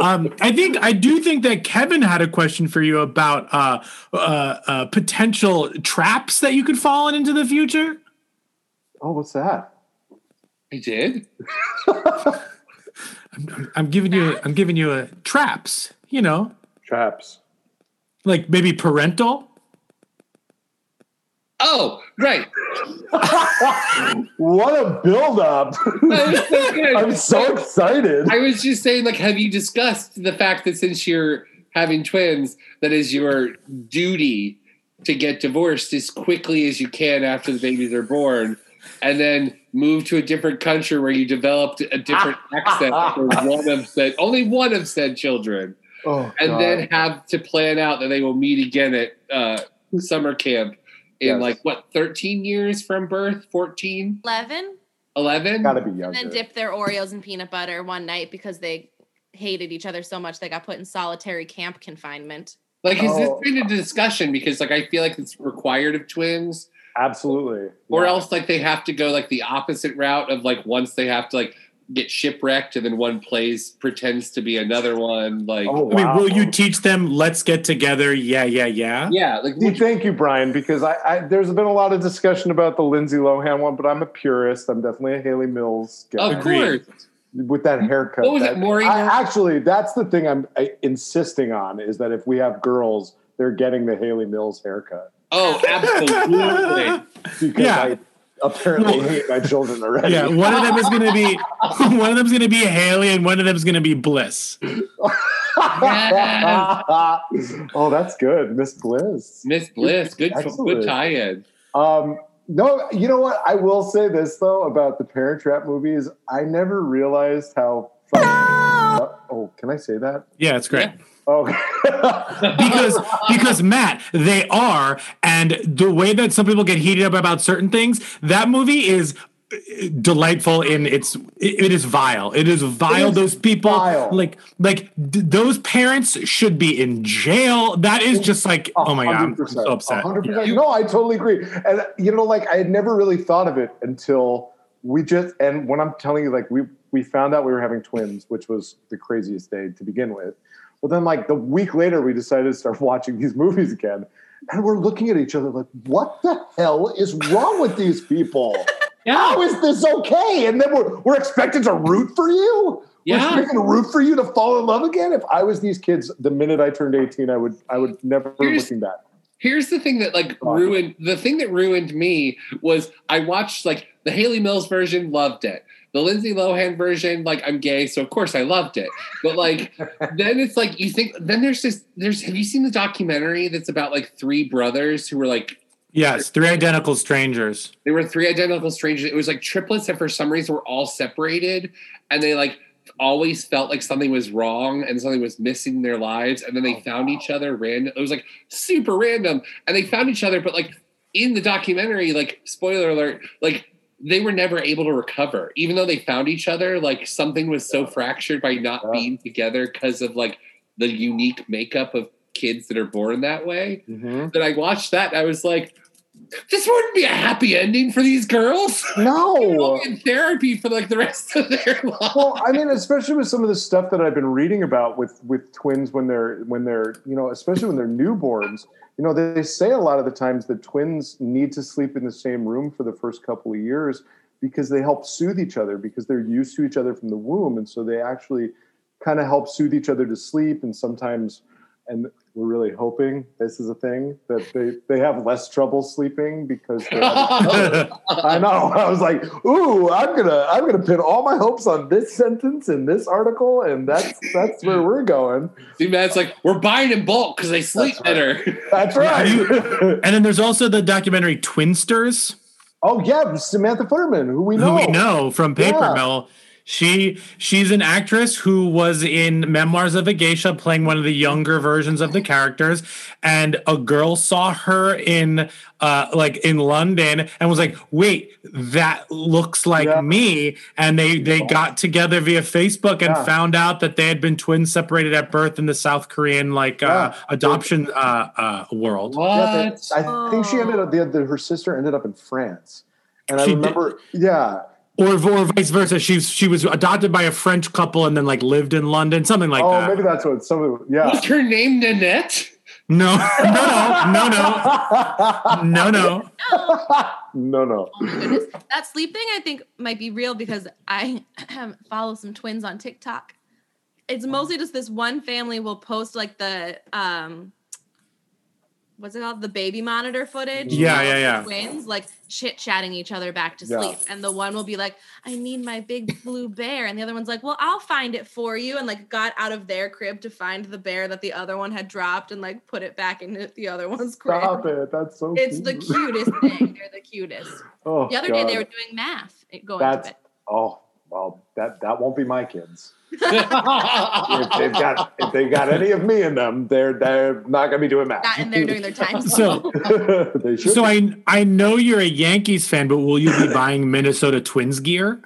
um, I think I do think that Kevin had a question for you about uh, uh, uh, potential traps that you could fall in into the future.
oh, what's that?
I did.
I'm giving you I'm giving you a traps. You know,
Traps.
like maybe parental.
Oh, right.
what a
<laughs>
buildup. <laughs> I'm so excited.
I was just saying, like, have you discussed the fact that since you're having twins, that is your duty to get divorced as quickly as you can after the babies are born, and then move to a different country where you developed a different accent for one of said only one of said children,
Oh,
and
God.
then have to plan out that they will meet again at uh, summer camp in
Yes.
like what 13 years from birth 14
11
11
gotta be
and then dip their Oreos in peanut butter one night because they hated each other so much they got put in solitary camp confinement.
Like, has
Oh.
this been a discussion? Because, like, I feel like it's required of twins,
Absolutely.
or
Yeah.
else, like, they have to go, like, the opposite route of, like, once they have to, like, get shipwrecked and then one plays, pretends to be another one. Like,
Oh,
I mean,
wow.
will you teach them? Let's get together. Yeah, yeah, yeah.
yeah, like,
See, thank you, Brian, because I, I there's been a lot of discussion about the Lindsay Lohan one, but I'm a purist. I'm definitely a Haley Mills guy.
of course.
With that haircut.
What was it,
that-
Maureen?
I- actually, that's the thing I'm I, insisting on is that if we have girls, they're getting the Haley Mills haircut. <laughs>
Oh,
<laughs>
absolutely.
Because
Yeah.
I apparently
Well-
hate my
<laughs>
children already.
Yeah, one of them is gonna be <laughs> one of them's gonna be Haley, and one of them's gonna be Bliss.
oh, that's good. Miss Bliss.
Miss Bliss, good,
Excellent.
good tie in.
Um, no, you know what? I will say this though about the Parent Trap movies. I never realized how. fucking- Oh, can I say that?
Yeah, it's great.
Oh, <laughs>
Because because Matt, they are, and the way that some people get heated up about certain things, that movie is uh, delightful in its it is vile it is vile
It is
those people
vile.
like like d- those parents should be in jail that is just like oh my god i'm
100%,
so upset
100%. No, I totally agree. And you know, like I had never really thought of it until we just and when I'm telling you, like we we found out we were having twins, which was the craziest day to begin with. But then, like the week later, we decided to start <laughs> watching these movies again, and we're looking at each other like, "What the hell is wrong with these people? How is this okay?" And then we're we're expected to root for you.
Yeah.
We're expected to root for you to fall in love again. If I was these kids, the minute I turned eighteen, I would I would never
Here's-
looking back.
Here's the thing that like ruined the thing that ruined me was I watched like the Haley Mills version, loved it. The Lindsay Lohan version, like I'm gay, so of course I loved it. But like then it's like you think then there's this there's have you seen the documentary that's about like three brothers who were like
yes three identical strangers <laughs>
they were three identical strangers. It was like triplets that for some reason were all separated and they like always felt like something was wrong and something was missing in their lives. And then they found each other random. It was like super random. And they found each other, but like in the documentary, like spoiler alert, like they were never able to recover. Even though they found each other, like something was so fractured by not
Yeah.
being together because of like the unique makeup of kids that are born that way
Mhm.
that I watched that, I was like, this wouldn't be a happy ending for these
<laughs>
girls. They'll
No.
be in therapy for like the rest of their <laughs> life.
Well, I mean, especially with some of the stuff that I've been reading about with with twins when they're when they're you know, especially when they're newborns. You know, they, they say a lot of the times that twins need to sleep in the same room for the first couple of years because they help soothe each other because they're used to each other from the womb, and so they actually kind of help soothe each other to sleep. And sometimes, and we're really hoping this is a thing that they, they have less trouble sleeping because
<laughs>
they're <laughs> I know I was like ooh I'm gonna I'm gonna pin all my hopes on this sentence in this article and that's that's where we're going
See, Matt's like we're buying in bulk because they sleep better.
that's right
and then there's also the documentary Twinsters.
<laughs> oh yeah Samantha Futterman who we know
who we know from Paper
Yeah.
Mill. She she's an actress who was in Memoirs of a Geisha playing one of the younger versions of the characters, and a girl saw her in uh like in London and was like, wait, that looks like me. And they they got together via Facebook and
Yeah.
found out that they had been twins separated at birth in the South Korean like uh, adoption uh, uh, world.
Yeah, but I think she ended up the, the, her sister ended up in France and I
She did.
remember yeah
or, or vice versa. She's she was adopted by a French couple and then like lived in London, something like
oh
that.
maybe that's what some of yeah
What's her name,
<laughs>
Nanette?
No, <laughs> no, <laughs> no, no, no, no.
<laughs> no no
That sleep thing I think might be real because I <clears throat> follow some twins on TikTok. It's mostly just this one family will post like the um what's it called? The baby monitor footage. you
Yeah,
know,
yeah,
of the
yeah.
Twins like chit chatting each other back to
Yeah.
sleep. And the one will be like, I need my big blue bear. And the other one's like, Well, I'll find it for you. And like got out of their crib to find the bear that the other one had dropped and like put it back into the other one's crib.
Oh,
stop it that's so
It's the cutest thing. They're the cutest.
Oh,
the other
God.
day they were doing math eh, it- going
That's
to bed.
oh well that that won't be my kids. if they've
<laughs>
got if they've got any of me in them, they're they're not gonna be doing math.
That and
<laughs>
they're doing their time.
So-
they should.
So I I know you're a Yankees fan, but will you be buying Minnesota Twins gear?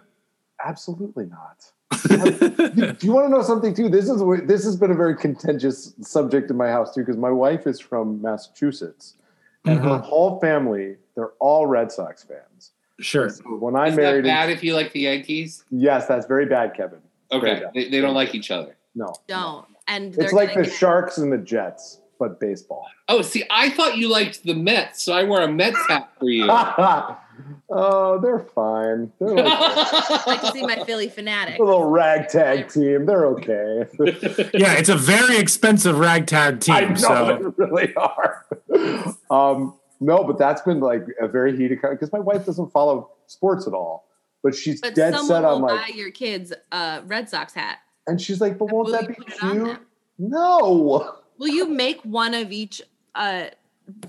absolutely not. Do you want to know something too? This is where- this has been a very contentious subject in my house too because my wife is from Massachusetts <laughs> and her whole family they're all Red Sox fans.
Sure.
When I
Is that
married,
bad if you like the Yankees?
yes, that's very bad, Kevin. Very
Okay,
bad.
they, they don't like each other.
No,
Don't. And
it's
they're
like
gonna
the
get-
Sharks and the Jets, but baseball.
Oh, see, I thought you liked the Mets, so I wore a Mets hat for
<laughs>
you. <laughs>
oh, they're fine.
<laughs>
They're like
I'd like to see
<laughs>
my Philly fanatic.
a little ragtag team. They're okay.
Yeah, it's a very expensive ragtag team.
I know <laughs>
so
they really are. <laughs> um, no, but that's been like a very heated because my wife doesn't follow sports at all, but she's
But
dead
someone
set
will
on like,
buy your kids a Red Sox hat.
and she's like, but won't
Will
that
you
be
put it on
cute?
them?
No. <laughs>
Will you make one of each? Uh,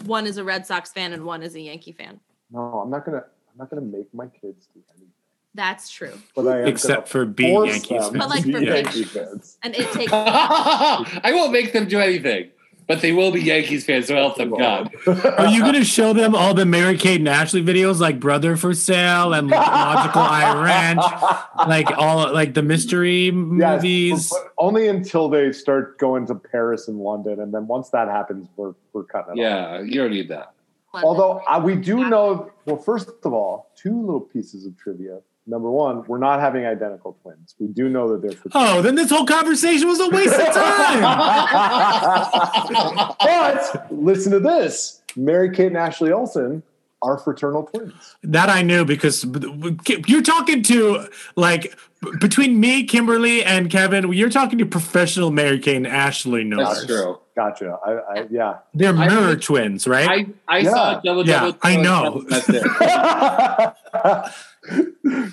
one is a Red Sox fan and one is a Yankee fan.
No, I'm not gonna. I'm not gonna make my kids do anything.
That's true.
But I am
Except for
gonna
being
force
Yankees
them
fans.
to
But, like,
be <laughs>
for
Yankee
pictures.
fans.
And it
<laughs>
takes.
I won't make them do anything, but they will be Yankees fans, so help them God.
are you going to show them all the Mary Kate and Ashley videos, like Brother for Sale and Logical Eye Ranch, like all like the mystery
Yes,
movies?
but- but only until they start going to Paris and London, and then once that happens, we're we're cutting it. off.
Yeah, you don't need that.
Although uh, we do know, well, first of all, two little pieces of trivia. Number one, we're not having identical twins. We do know that they're.
Oh, then this whole conversation was a waste of time.
but listen to this: Mary Kate and Ashley Olsen are fraternal twins.
That I knew because you're talking to like b- between me, Kimberly, and Kevin. You're talking to professional Mary Kate and Ashley
That's
Knows.
true.
Gotcha. I, I yeah. <laughs>
They're mirror twins, right?
I saw a double
yeah,
double.
I know.
That's it.
<laughs>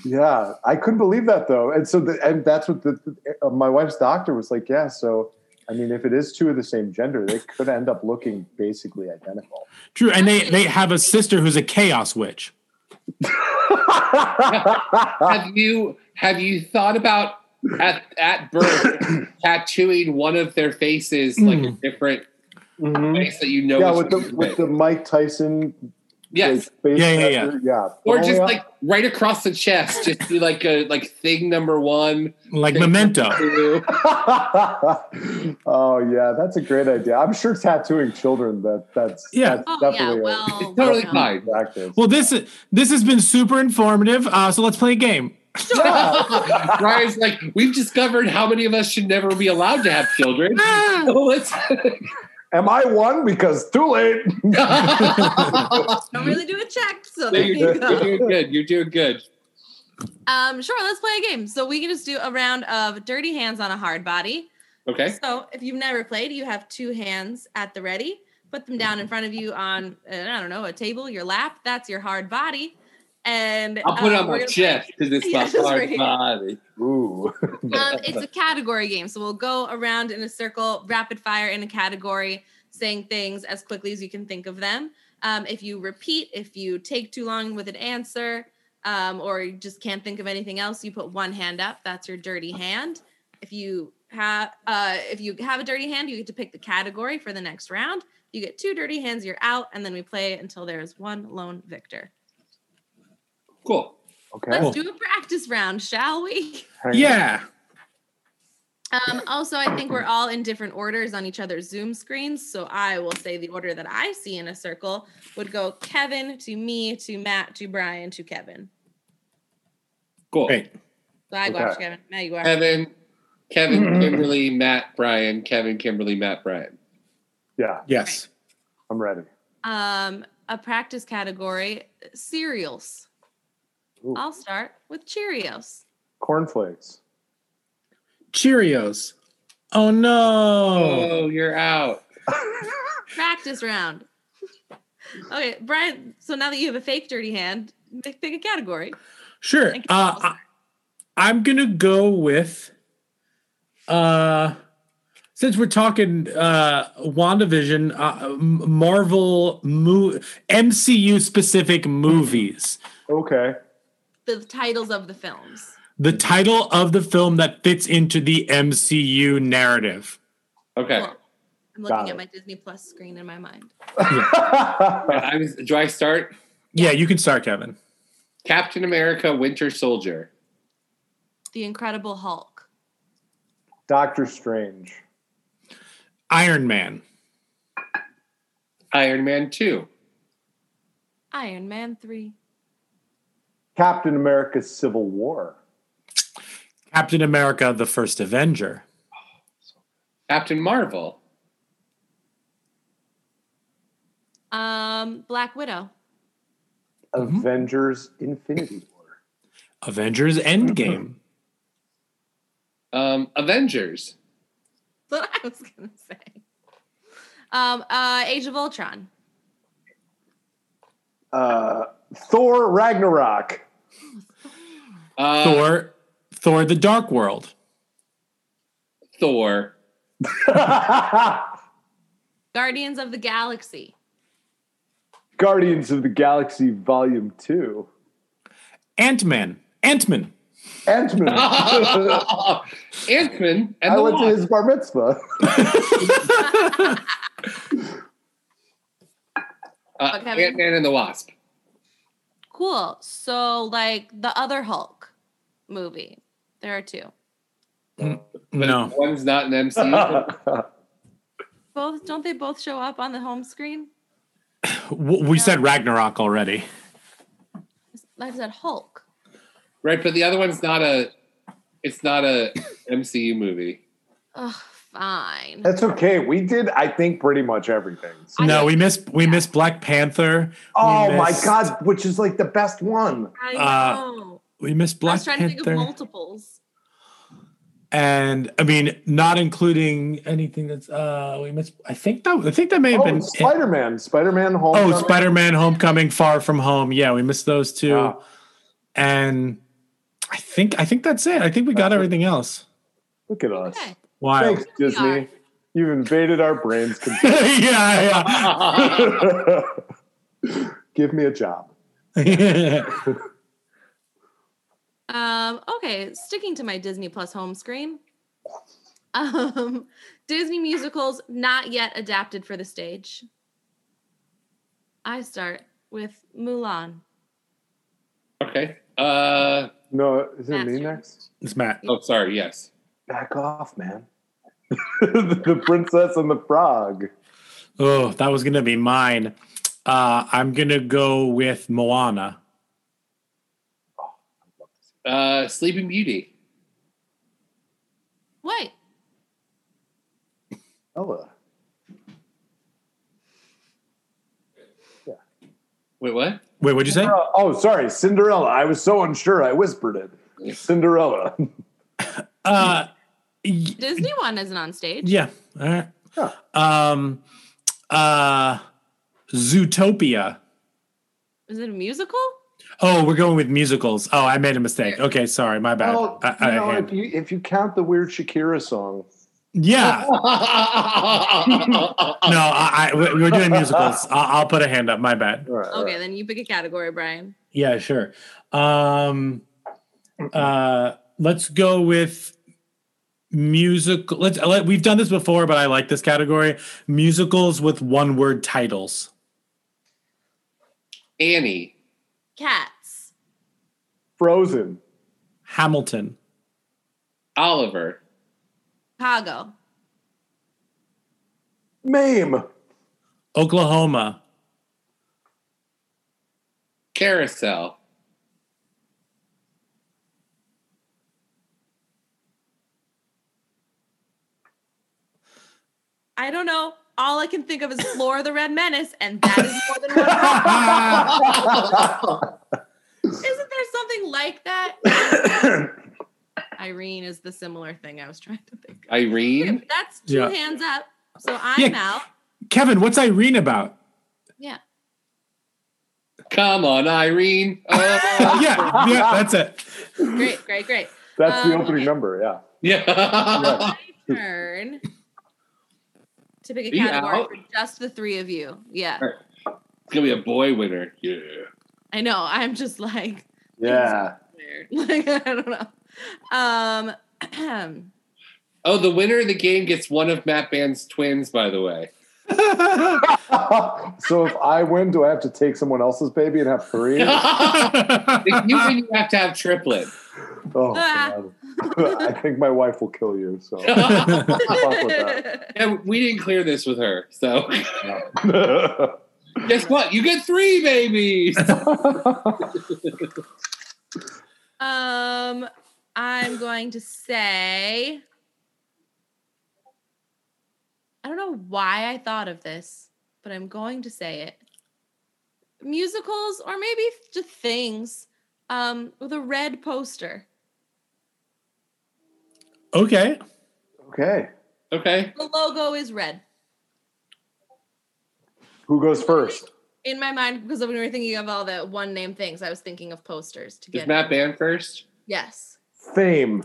yeah, I couldn't believe that though, and so the, and that's what the, uh, my wife's doctor was like. Yeah, so I mean, if it is two of the same gender, they could end up looking basically identical.
True, and they they have a sister who's a chaos witch.
have you have you thought about at at
<clears throat>
birth tattooing one of their faces
Hmm.
like a different face that you know?
<laughs> yeah,
Mm-hmm. is
with the
human?
with the Mike Tyson.
yes,
face
Yeah, yeah, yeah.
tattoo, yeah.
or
But
just
only-
like right across the chest, just do like a like thing number one.
Like
thing
Memento.
number two.
<laughs> oh yeah, that's a great idea. I'm sure tattooing children that that's
Yeah.
that's
Oh, yeah,
definitely a-
well,
that's
It's totally
a
fine.
practice.
<laughs>
Well, this this has been super informative. Uh, so let's play a game.
Ryan's like, we've discovered how many of us should never be allowed to have children.
Ah.
So
<laughs>
<laughs> let's-
Am I one? Because too late. <laughs>
Don't really do a check. So
No,
there you
you're,
go.
you're doing good. You're doing good.
Um, sure, let's play a game. So we can just do a round of dirty hands on a hard body.
Okay.
So if you've never played, you have two hands at the ready. Put them
Mm-hmm.
down in front of you on uh, I don't know a table, your lap. That's your hard body. And
I'll put it
um,
on
we're
my
gonna
chest because
<laughs>
it's
Yeah,
my
just
hard
right here.
body. Ooh.
um, it's a category game. So we'll go around in a circle, rapid fire in a category, saying things as quickly as you can think of them. Um, if you repeat, if you take too long with an answer, um, or you just can't think of anything else, you put one hand up. That's your dirty hand. If you have, uh, if you have a dirty hand, you get to pick the category for the next round. You get two dirty hands, you're out, and then we play until there is one lone victor.
Cool.
Okay.
Let's do a practice round, shall we? <laughs>
Yeah.
Um, also, I think we're all in different orders on each other's Zoom screens. So I will say the order that I see in a circle would go Kevin to me to Matt to Brian to Kevin.
Cool.
So I go
Okay.
after Kevin. Matt, you go after
Kevin,
Mm-hmm.
Kevin, Kimberly, Matt, Brian, Kevin, Kimberly, Matt, Brian.
Yeah.
Yes.
I'm ready.
Um, a practice category cereals.
Ooh.
I'll start with Cheerios.
Cornflakes.
Cheerios. Oh no.
Oh, you're out.
Practice round. <laughs> okay, Brian. So now that you have a fake dirty hand, pick pick a category.
Sure. Uh, I, I'm gonna go with. Uh, since we're talking uh, WandaVision, uh, M- Marvel mo- MCU specific movies,
Okay.
The titles of the films.
the title of the film that fits into the MCU narrative.
Okay.
I'm looking
Got
at
it.
my Disney Plus screen in my mind.
Uh, I was, do I start?
Yeah, you can start, Kevin.
Captain America, Winter Soldier.
The Incredible Hulk.
<laughs> Doctor Strange.
Iron Man.
Iron Man 2.
Iron Man 3.
Captain America Civil War.
Captain America: The First Avenger.
Captain Marvel.
Um, Black Widow. <laughs>
Mm-hmm.
Avengers Infinity War.
Avengers Endgame.
Um, Avengers.
That's what I was gonna say. Um, uh, Age of Ultron.
Uh, Thor Ragnarok. <laughs>
Uh,
Thor, Thor: The Dark World.
Thor.
Guardians of the Galaxy.
Guardians of the Galaxy Volume 2.
Ant Man. Ant Man. <laughs>
Ant Man.
<laughs> Ant Man.
I went to his bar mitzvah.
Uh,
Oh, Kevin?
Ant Man and the Wasp.
Cool. So like the other Hulk movie. There are two.
No.
One's not an
<laughs>
MCU.
Both don't they both show up on the home screen?
W- We said Ragnarok already.
Like I said, Hulk.
right, but the other one's not a. It's not a MCU movie.
Ugh, fine.
That's okay. We did, I think, pretty much everything.
No, we missed we missed Black Panther.
Oh
We
my
missed,
God, which is like the best one.
I
Uh,
know.
We missed
I
Black
was trying to think
Panther,
of multiples.
and I mean, not including anything that's uh we missed. I think that I think that
Oh,
may have been
Spider Man, Spider Man Home.
eh. Oh, Spider Man: Homecoming, Far From Home. Yeah, we missed those two,
Wow.
and I think I think that's it. I think we got everything else.
Look at us.
Wow.
Thanks, Disney. You've invaded our
<laughs>
brains.
yeah,
<laughs> Give me a job.
yeah. <laughs>
Um, okay, sticking to my Disney Plus home screen. Um, <laughs> Disney musicals not yet adapted for the stage. I start with Mulan.
<laughs> Okay. Uh,
no, is it me next?
It's Matt.
Oh, sorry. Yes.
Back off, man. <laughs> the Princess and the Frog.
Oh, that was gonna be mine. Uh, I'm gonna go with Moana.
Uh, Sleeping Beauty.
Wait,
Ella.
Wait, what? <laughs>
Wait, what'd you say?
Oh, sorry, Cinderella. I was so unsure. I whispered it. Cinderella.
Uh,
Disney one isn't on stage.
Yeah. All right. Um, uh, Zootopia.
Is it a musical?
Oh, we're going with musicals. Oh, I made a mistake. Okay, sorry, my bad.
Well,
I,
you
I-
know, if you if you count the weird Shakira song,
yeah.
Oh,
No, I, I, we- we're doing musicals. I'll, I'll put a hand up. My bad.
Uh,
Okay, then you pick a category, Brian.
Yeah, sure. Um, uh, let's go with musical. Let's. Let, we've done this before, but I like this category: musicals with one-word titles.
Annie.
Cats.
Frozen.
Hamilton.
Oliver.
Chicago.
<laughs> Mame.
Oklahoma.
Carousel.
I don't know. All I can think of is Lore of the Red Menace, and that is more than one.
<laughs> Ah!
Isn't there something like that? Irene is the similar thing I was trying to think.
Irene.
That's two
Yeah.
hands up. So I'm
Yeah.
out.
Kevin, what's Irene about?
Yeah.
Come on, Irene. Oh. <laughs>
yeah, yeah, that's it. <laughs>
Great, great, great.
That's the
Um,
opening number. Yeah.
Yeah.
Turn to pick a
You
category
out?
for just the three of you. Yeah.
All right. It's gonna be a boy winner. Yeah.
I know. I'm just like
Yeah.
weird. <laughs> Like I don't know. Um <clears throat>
Oh, the winner of the game gets one of Matt Band's twins, by the way.
<laughs>
<laughs>
So if I win, do I have to take someone else's baby and have
<laughs>
three?
if you win, you have to have <laughs> triplets.
Oh, God. <laughs> I think my wife will kill
<laughs>
you. So
yeah, we didn't clear this with her, so
<laughs>
guess what? You get three babies.
um I'm going to say I don't know why I thought of this, but I'm going to say it. Musicals or maybe just things um with a red poster.
Okay.
<laughs> Okay.
Okay.
The logo is red.
Who goes first?
in my mind because when we were thinking of all the one name things, I was thinking of posters to
Is
get.
Matt Band first?
yes.
Fame.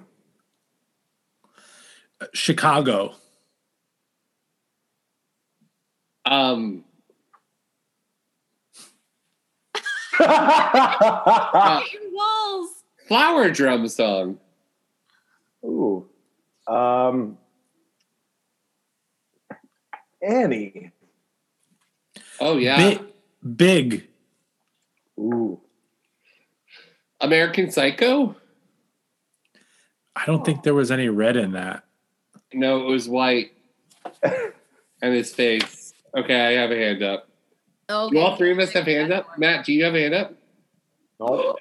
<laughs>
Chicago.
Um.
Hit your walls.
uh, flower drum song.
Ooh. Um, Annie.
Oh yeah.
Big. Big.
Ooh.
American Psycho?
I don't think there was any red in that.
No, it was white. and his face. Okay, I have a hand up. Do all three of us have hand up? Matt, do you have a hand up? <laughs>
No.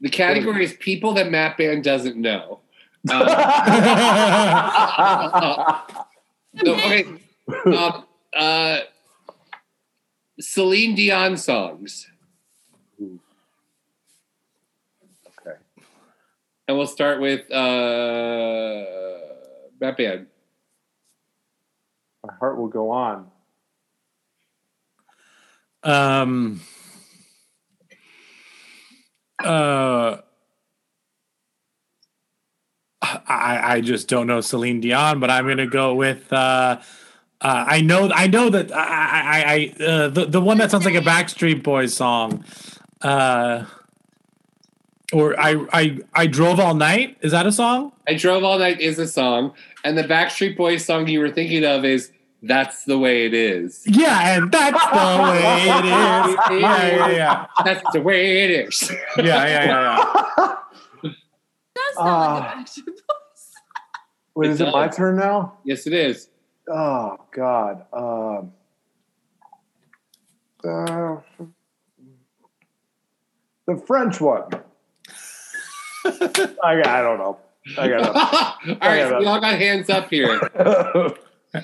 The category is people that Matt Band doesn't know. Um, <laughs> so, okay. Um, uh, Celine Dion songs.
Okay.
And we'll start with uh, Matt Band.
My heart will go on.
Um. Uh. I I just don't know Celine Dion, but I'm gonna go with. Uh, uh, I know I know that I I, I uh, the the one that sounds like a Backstreet Boys song. Uh. Or I I I drove all night. Is that a song?
I Drove All Night is a song, and the Backstreet Boys song you were thinking of is That's the Way It Is.
Yeah, and that's the way it is. Yeah, yeah, yeah,
That's the way it is. <laughs>
yeah, yeah, yeah. yeah.
That's
Ah.
not like a Backstreet Boys.
Wait,
It
is it my
does.
turn now?
Yes, it is. <laughs>
Oh God. Um, uh, the
<laughs>
French one. I, I don't know. I
all
got
right, so we all got hands up here.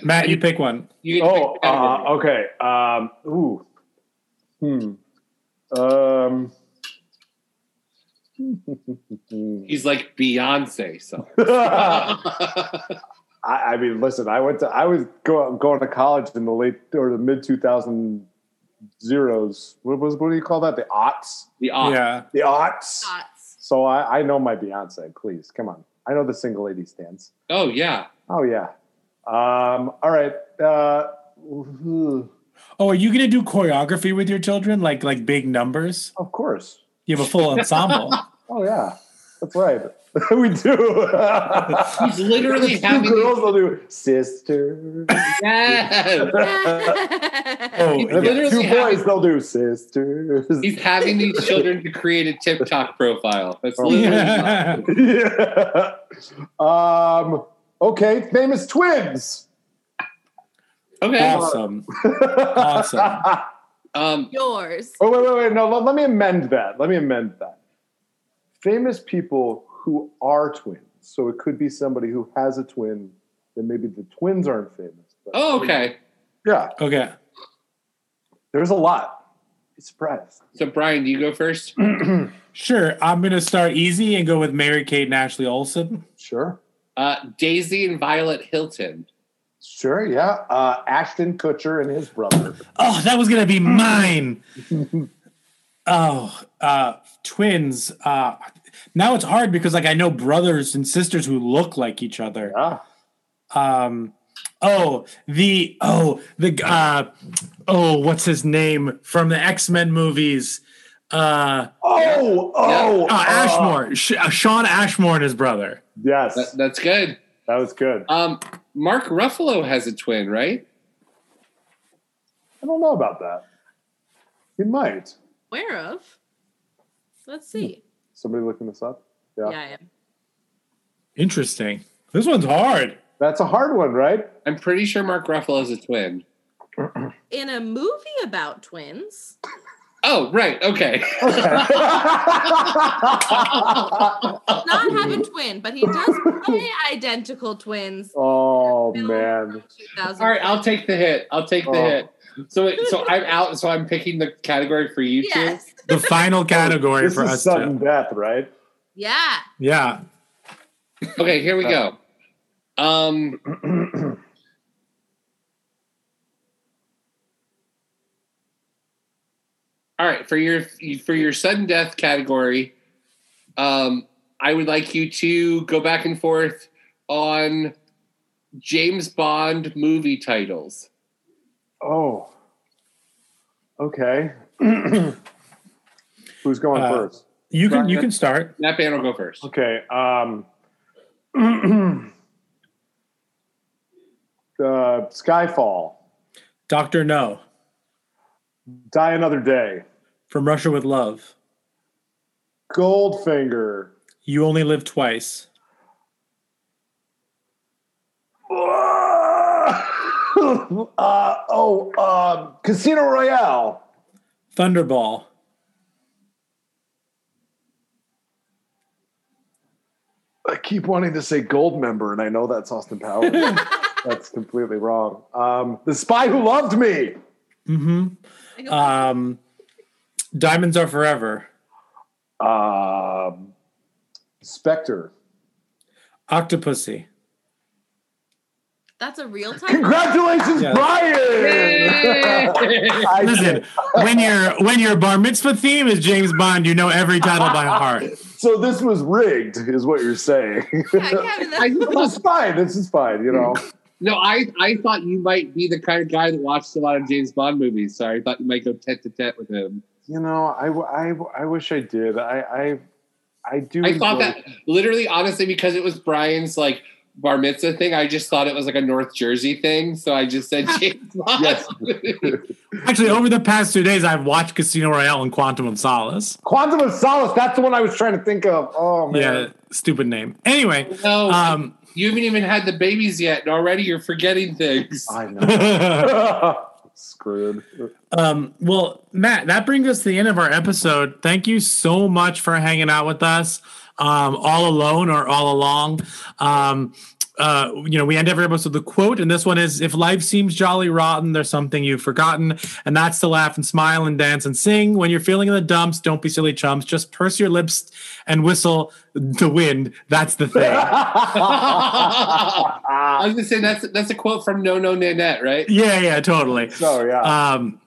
Matt, you pick one.
You get to
Oh,
pick a
uh,
category.
okay. Um, ooh. Hmm. Um.
He's like Beyonce. So
<laughs> I, I mean, listen, I went to I was go, going to college in the late or the mid two thousand zeros. What was what do you call that? The aughts.
The aughts.
Yeah. The aughts. So I, I know my Beyonce. Please, come on. I know the single lady stands.
oh
<laughs>
yeah.
Oh yeah. Um, all right. Uh, ooh.
Oh, are you going to do choreography with your children? Like like big numbers?
Of course.
You have a full ensemble.
oh yeah, that's right. <laughs> we do.
<laughs> He's literally
Two
having-
girls will do sister.
<laughs>
Oh,
And the
literally
two
having-
boys they'll do sisters.
<laughs> He's having these children to create a TikTok profile. That's
Oh,
literally
<laughs> yeah. <laughs> Um. Okay. Famous twins.
Okay.
Awesome. awesome.
Um,
Yours.
<laughs> Oh wait, wait, wait. No, let, let me amend that. Let me amend that. Famous people who are twins. So it could be somebody who has a twin. Then maybe the twins aren't famous. but-
Oh, okay.
Yeah.
Okay.
There's a lot. Be surprised.
So Brian, do you go first?
Mm.
Sure. I'm going to start easy and go with Mary Kate and Ashley Olsen.
Sure.
Uh, Daisy and Violet Hilton.
Sure. Yeah. Uh, Ashton Kutcher and his brother.
Oh, that was going to be mine. oh, uh, twins. Uh, now it's hard because like I know brothers and sisters who look like each other. Um, oh, the oh the uh, oh what's his name from the X Men movies? Uh,
oh oh
uh, Ashmore, Sh- uh, Sean Ashmore and his brother.
Yes.
That, that's good.
That was
Uh,
good.
Um, Mark Ruffalo has a twin, right?
I don't know about that. He might.
Where of? Let's see.
Somebody looking this up. Yeah.
Yeah, I am.
Interesting. This one's hard.
That's a hard one, right?
I'm pretty sure Mark Ruffalo is a twin.
In a movie about twins.
Oh, right. Okay. <laughs>
<laughs>
Oh,
Does not have a twin, but he does
<laughs>
play identical twins.
Oh man.
2000.
All right, I'll take the hit. I'll take the
Oh.
hit. So, it- so I'm out. So I'm picking the category for you two.
Yes.
<laughs> The final category
This
for
is
us.
sudden
Two.
death, right?
Yeah.
Yeah.
Okay, here we go. Um, all right, for your for your sudden death category, um, I would like you to go back and forth on James Bond movie titles.
Oh. <clears throat> Okay. <clears throat> Who's going
Uh,
first?
You can you can start.
That band will go first.
Okay. Um <clears throat> uh, Skyfall.
Doctor No
Die Another Day.
from Russia with Love.
Goldfinger. <laughs>
You only live twice.
uh, oh, uh, Casino Royale.
Thunderball.
I keep wanting to say gold member, and I know that's Austin <laughs> Powers. that's completely wrong. Um, the Spy Who Loved Me.
Mm-hmm. Um, Diamonds Are Forever.
Um, Spectre.
Octopussy.
That's a real time.
<laughs> Congratulations,
Yeah.
Brian! I
<laughs> Listen,
did.
when your when your bar mitzvah theme is James Bond, you know every title by heart.
So this was rigged, is what you're saying. <laughs>
Yeah, Kevin, that's-
this is fine. This is fine. You know.
<laughs> No, I I thought you might be the kind of guy that watches a lot of James Bond movies, so I thought you might go tete to tete with him.
<laughs> You know, I, w- I w- I wish I did. I I, I do.
I thought
enjoy-
that literally, honestly, because it was Brian's like bar mitzvah thing. I just thought it was like a North Jersey thing, so I just said James Bond.
Yes.
Actually, over the past two days, I've watched Casino Royale and Quantum of Solace.
Quantum of Solace. That's the one I was trying to think of. Oh man.
Yeah, stupid name. Anyway,
No,
um,
you haven't even had the babies yet, and already you're forgetting things.
I know. <laughs> Screwed.
<laughs> um, well, Matt, that brings us to the end of our episode. Thank you so much for hanging out with us, um, all alone or all along. Um, uh, you know, we end every episode with a quote, and this one is If life seems jolly rotten, there's something you've forgotten, and that's to laugh and smile and dance and sing. When you're feeling in the dumps, don't be silly chumps, just purse your lips and whistle the wind. That's the
<laughs>
thing.
I was gonna say that's that's a quote from No No Nanette, right?
Yeah, yeah, totally.
So yeah.
Um,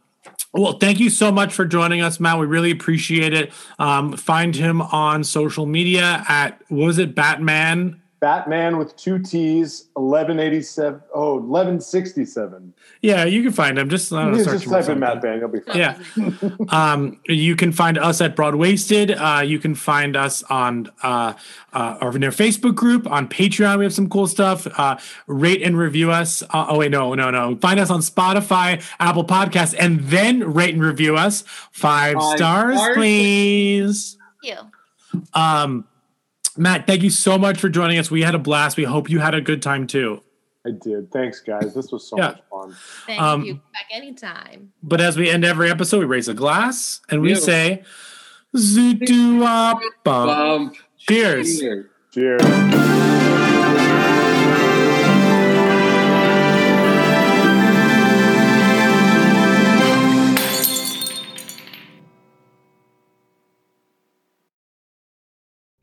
well, thank you so much for joining us, Matt. We really appreciate it. Um, find him on social media at what was it, Batman?
Batman with two T's, 1187. Oh, 1167.
Yeah, you can find him. Just, I don't know,
You
search
just
him or
type in
something.
Matt Bang, you'll be fine.
Yeah. um, you can find us at Broadwasted. Uh, you can find us on uh, uh, our in our Facebook group, on Patreon. We have some cool stuff. Uh, rate and review us. Uh, oh, wait, no, no, no. Find us on Spotify, Apple Podcasts, and then rate and review us. Five,
Five
stars,
stars,
please.
You.
Um, Matt, thank you so much for joining us. We had a blast. We hope you had a good time too.
I did. Thanks, guys. This was so
Yeah.
much fun.
Thank
Um,
you. Back anytime.
But as we end every episode, we raise a glass and we
Ew.
say, Zoot bump.
Um,
Cheers.
Cheers.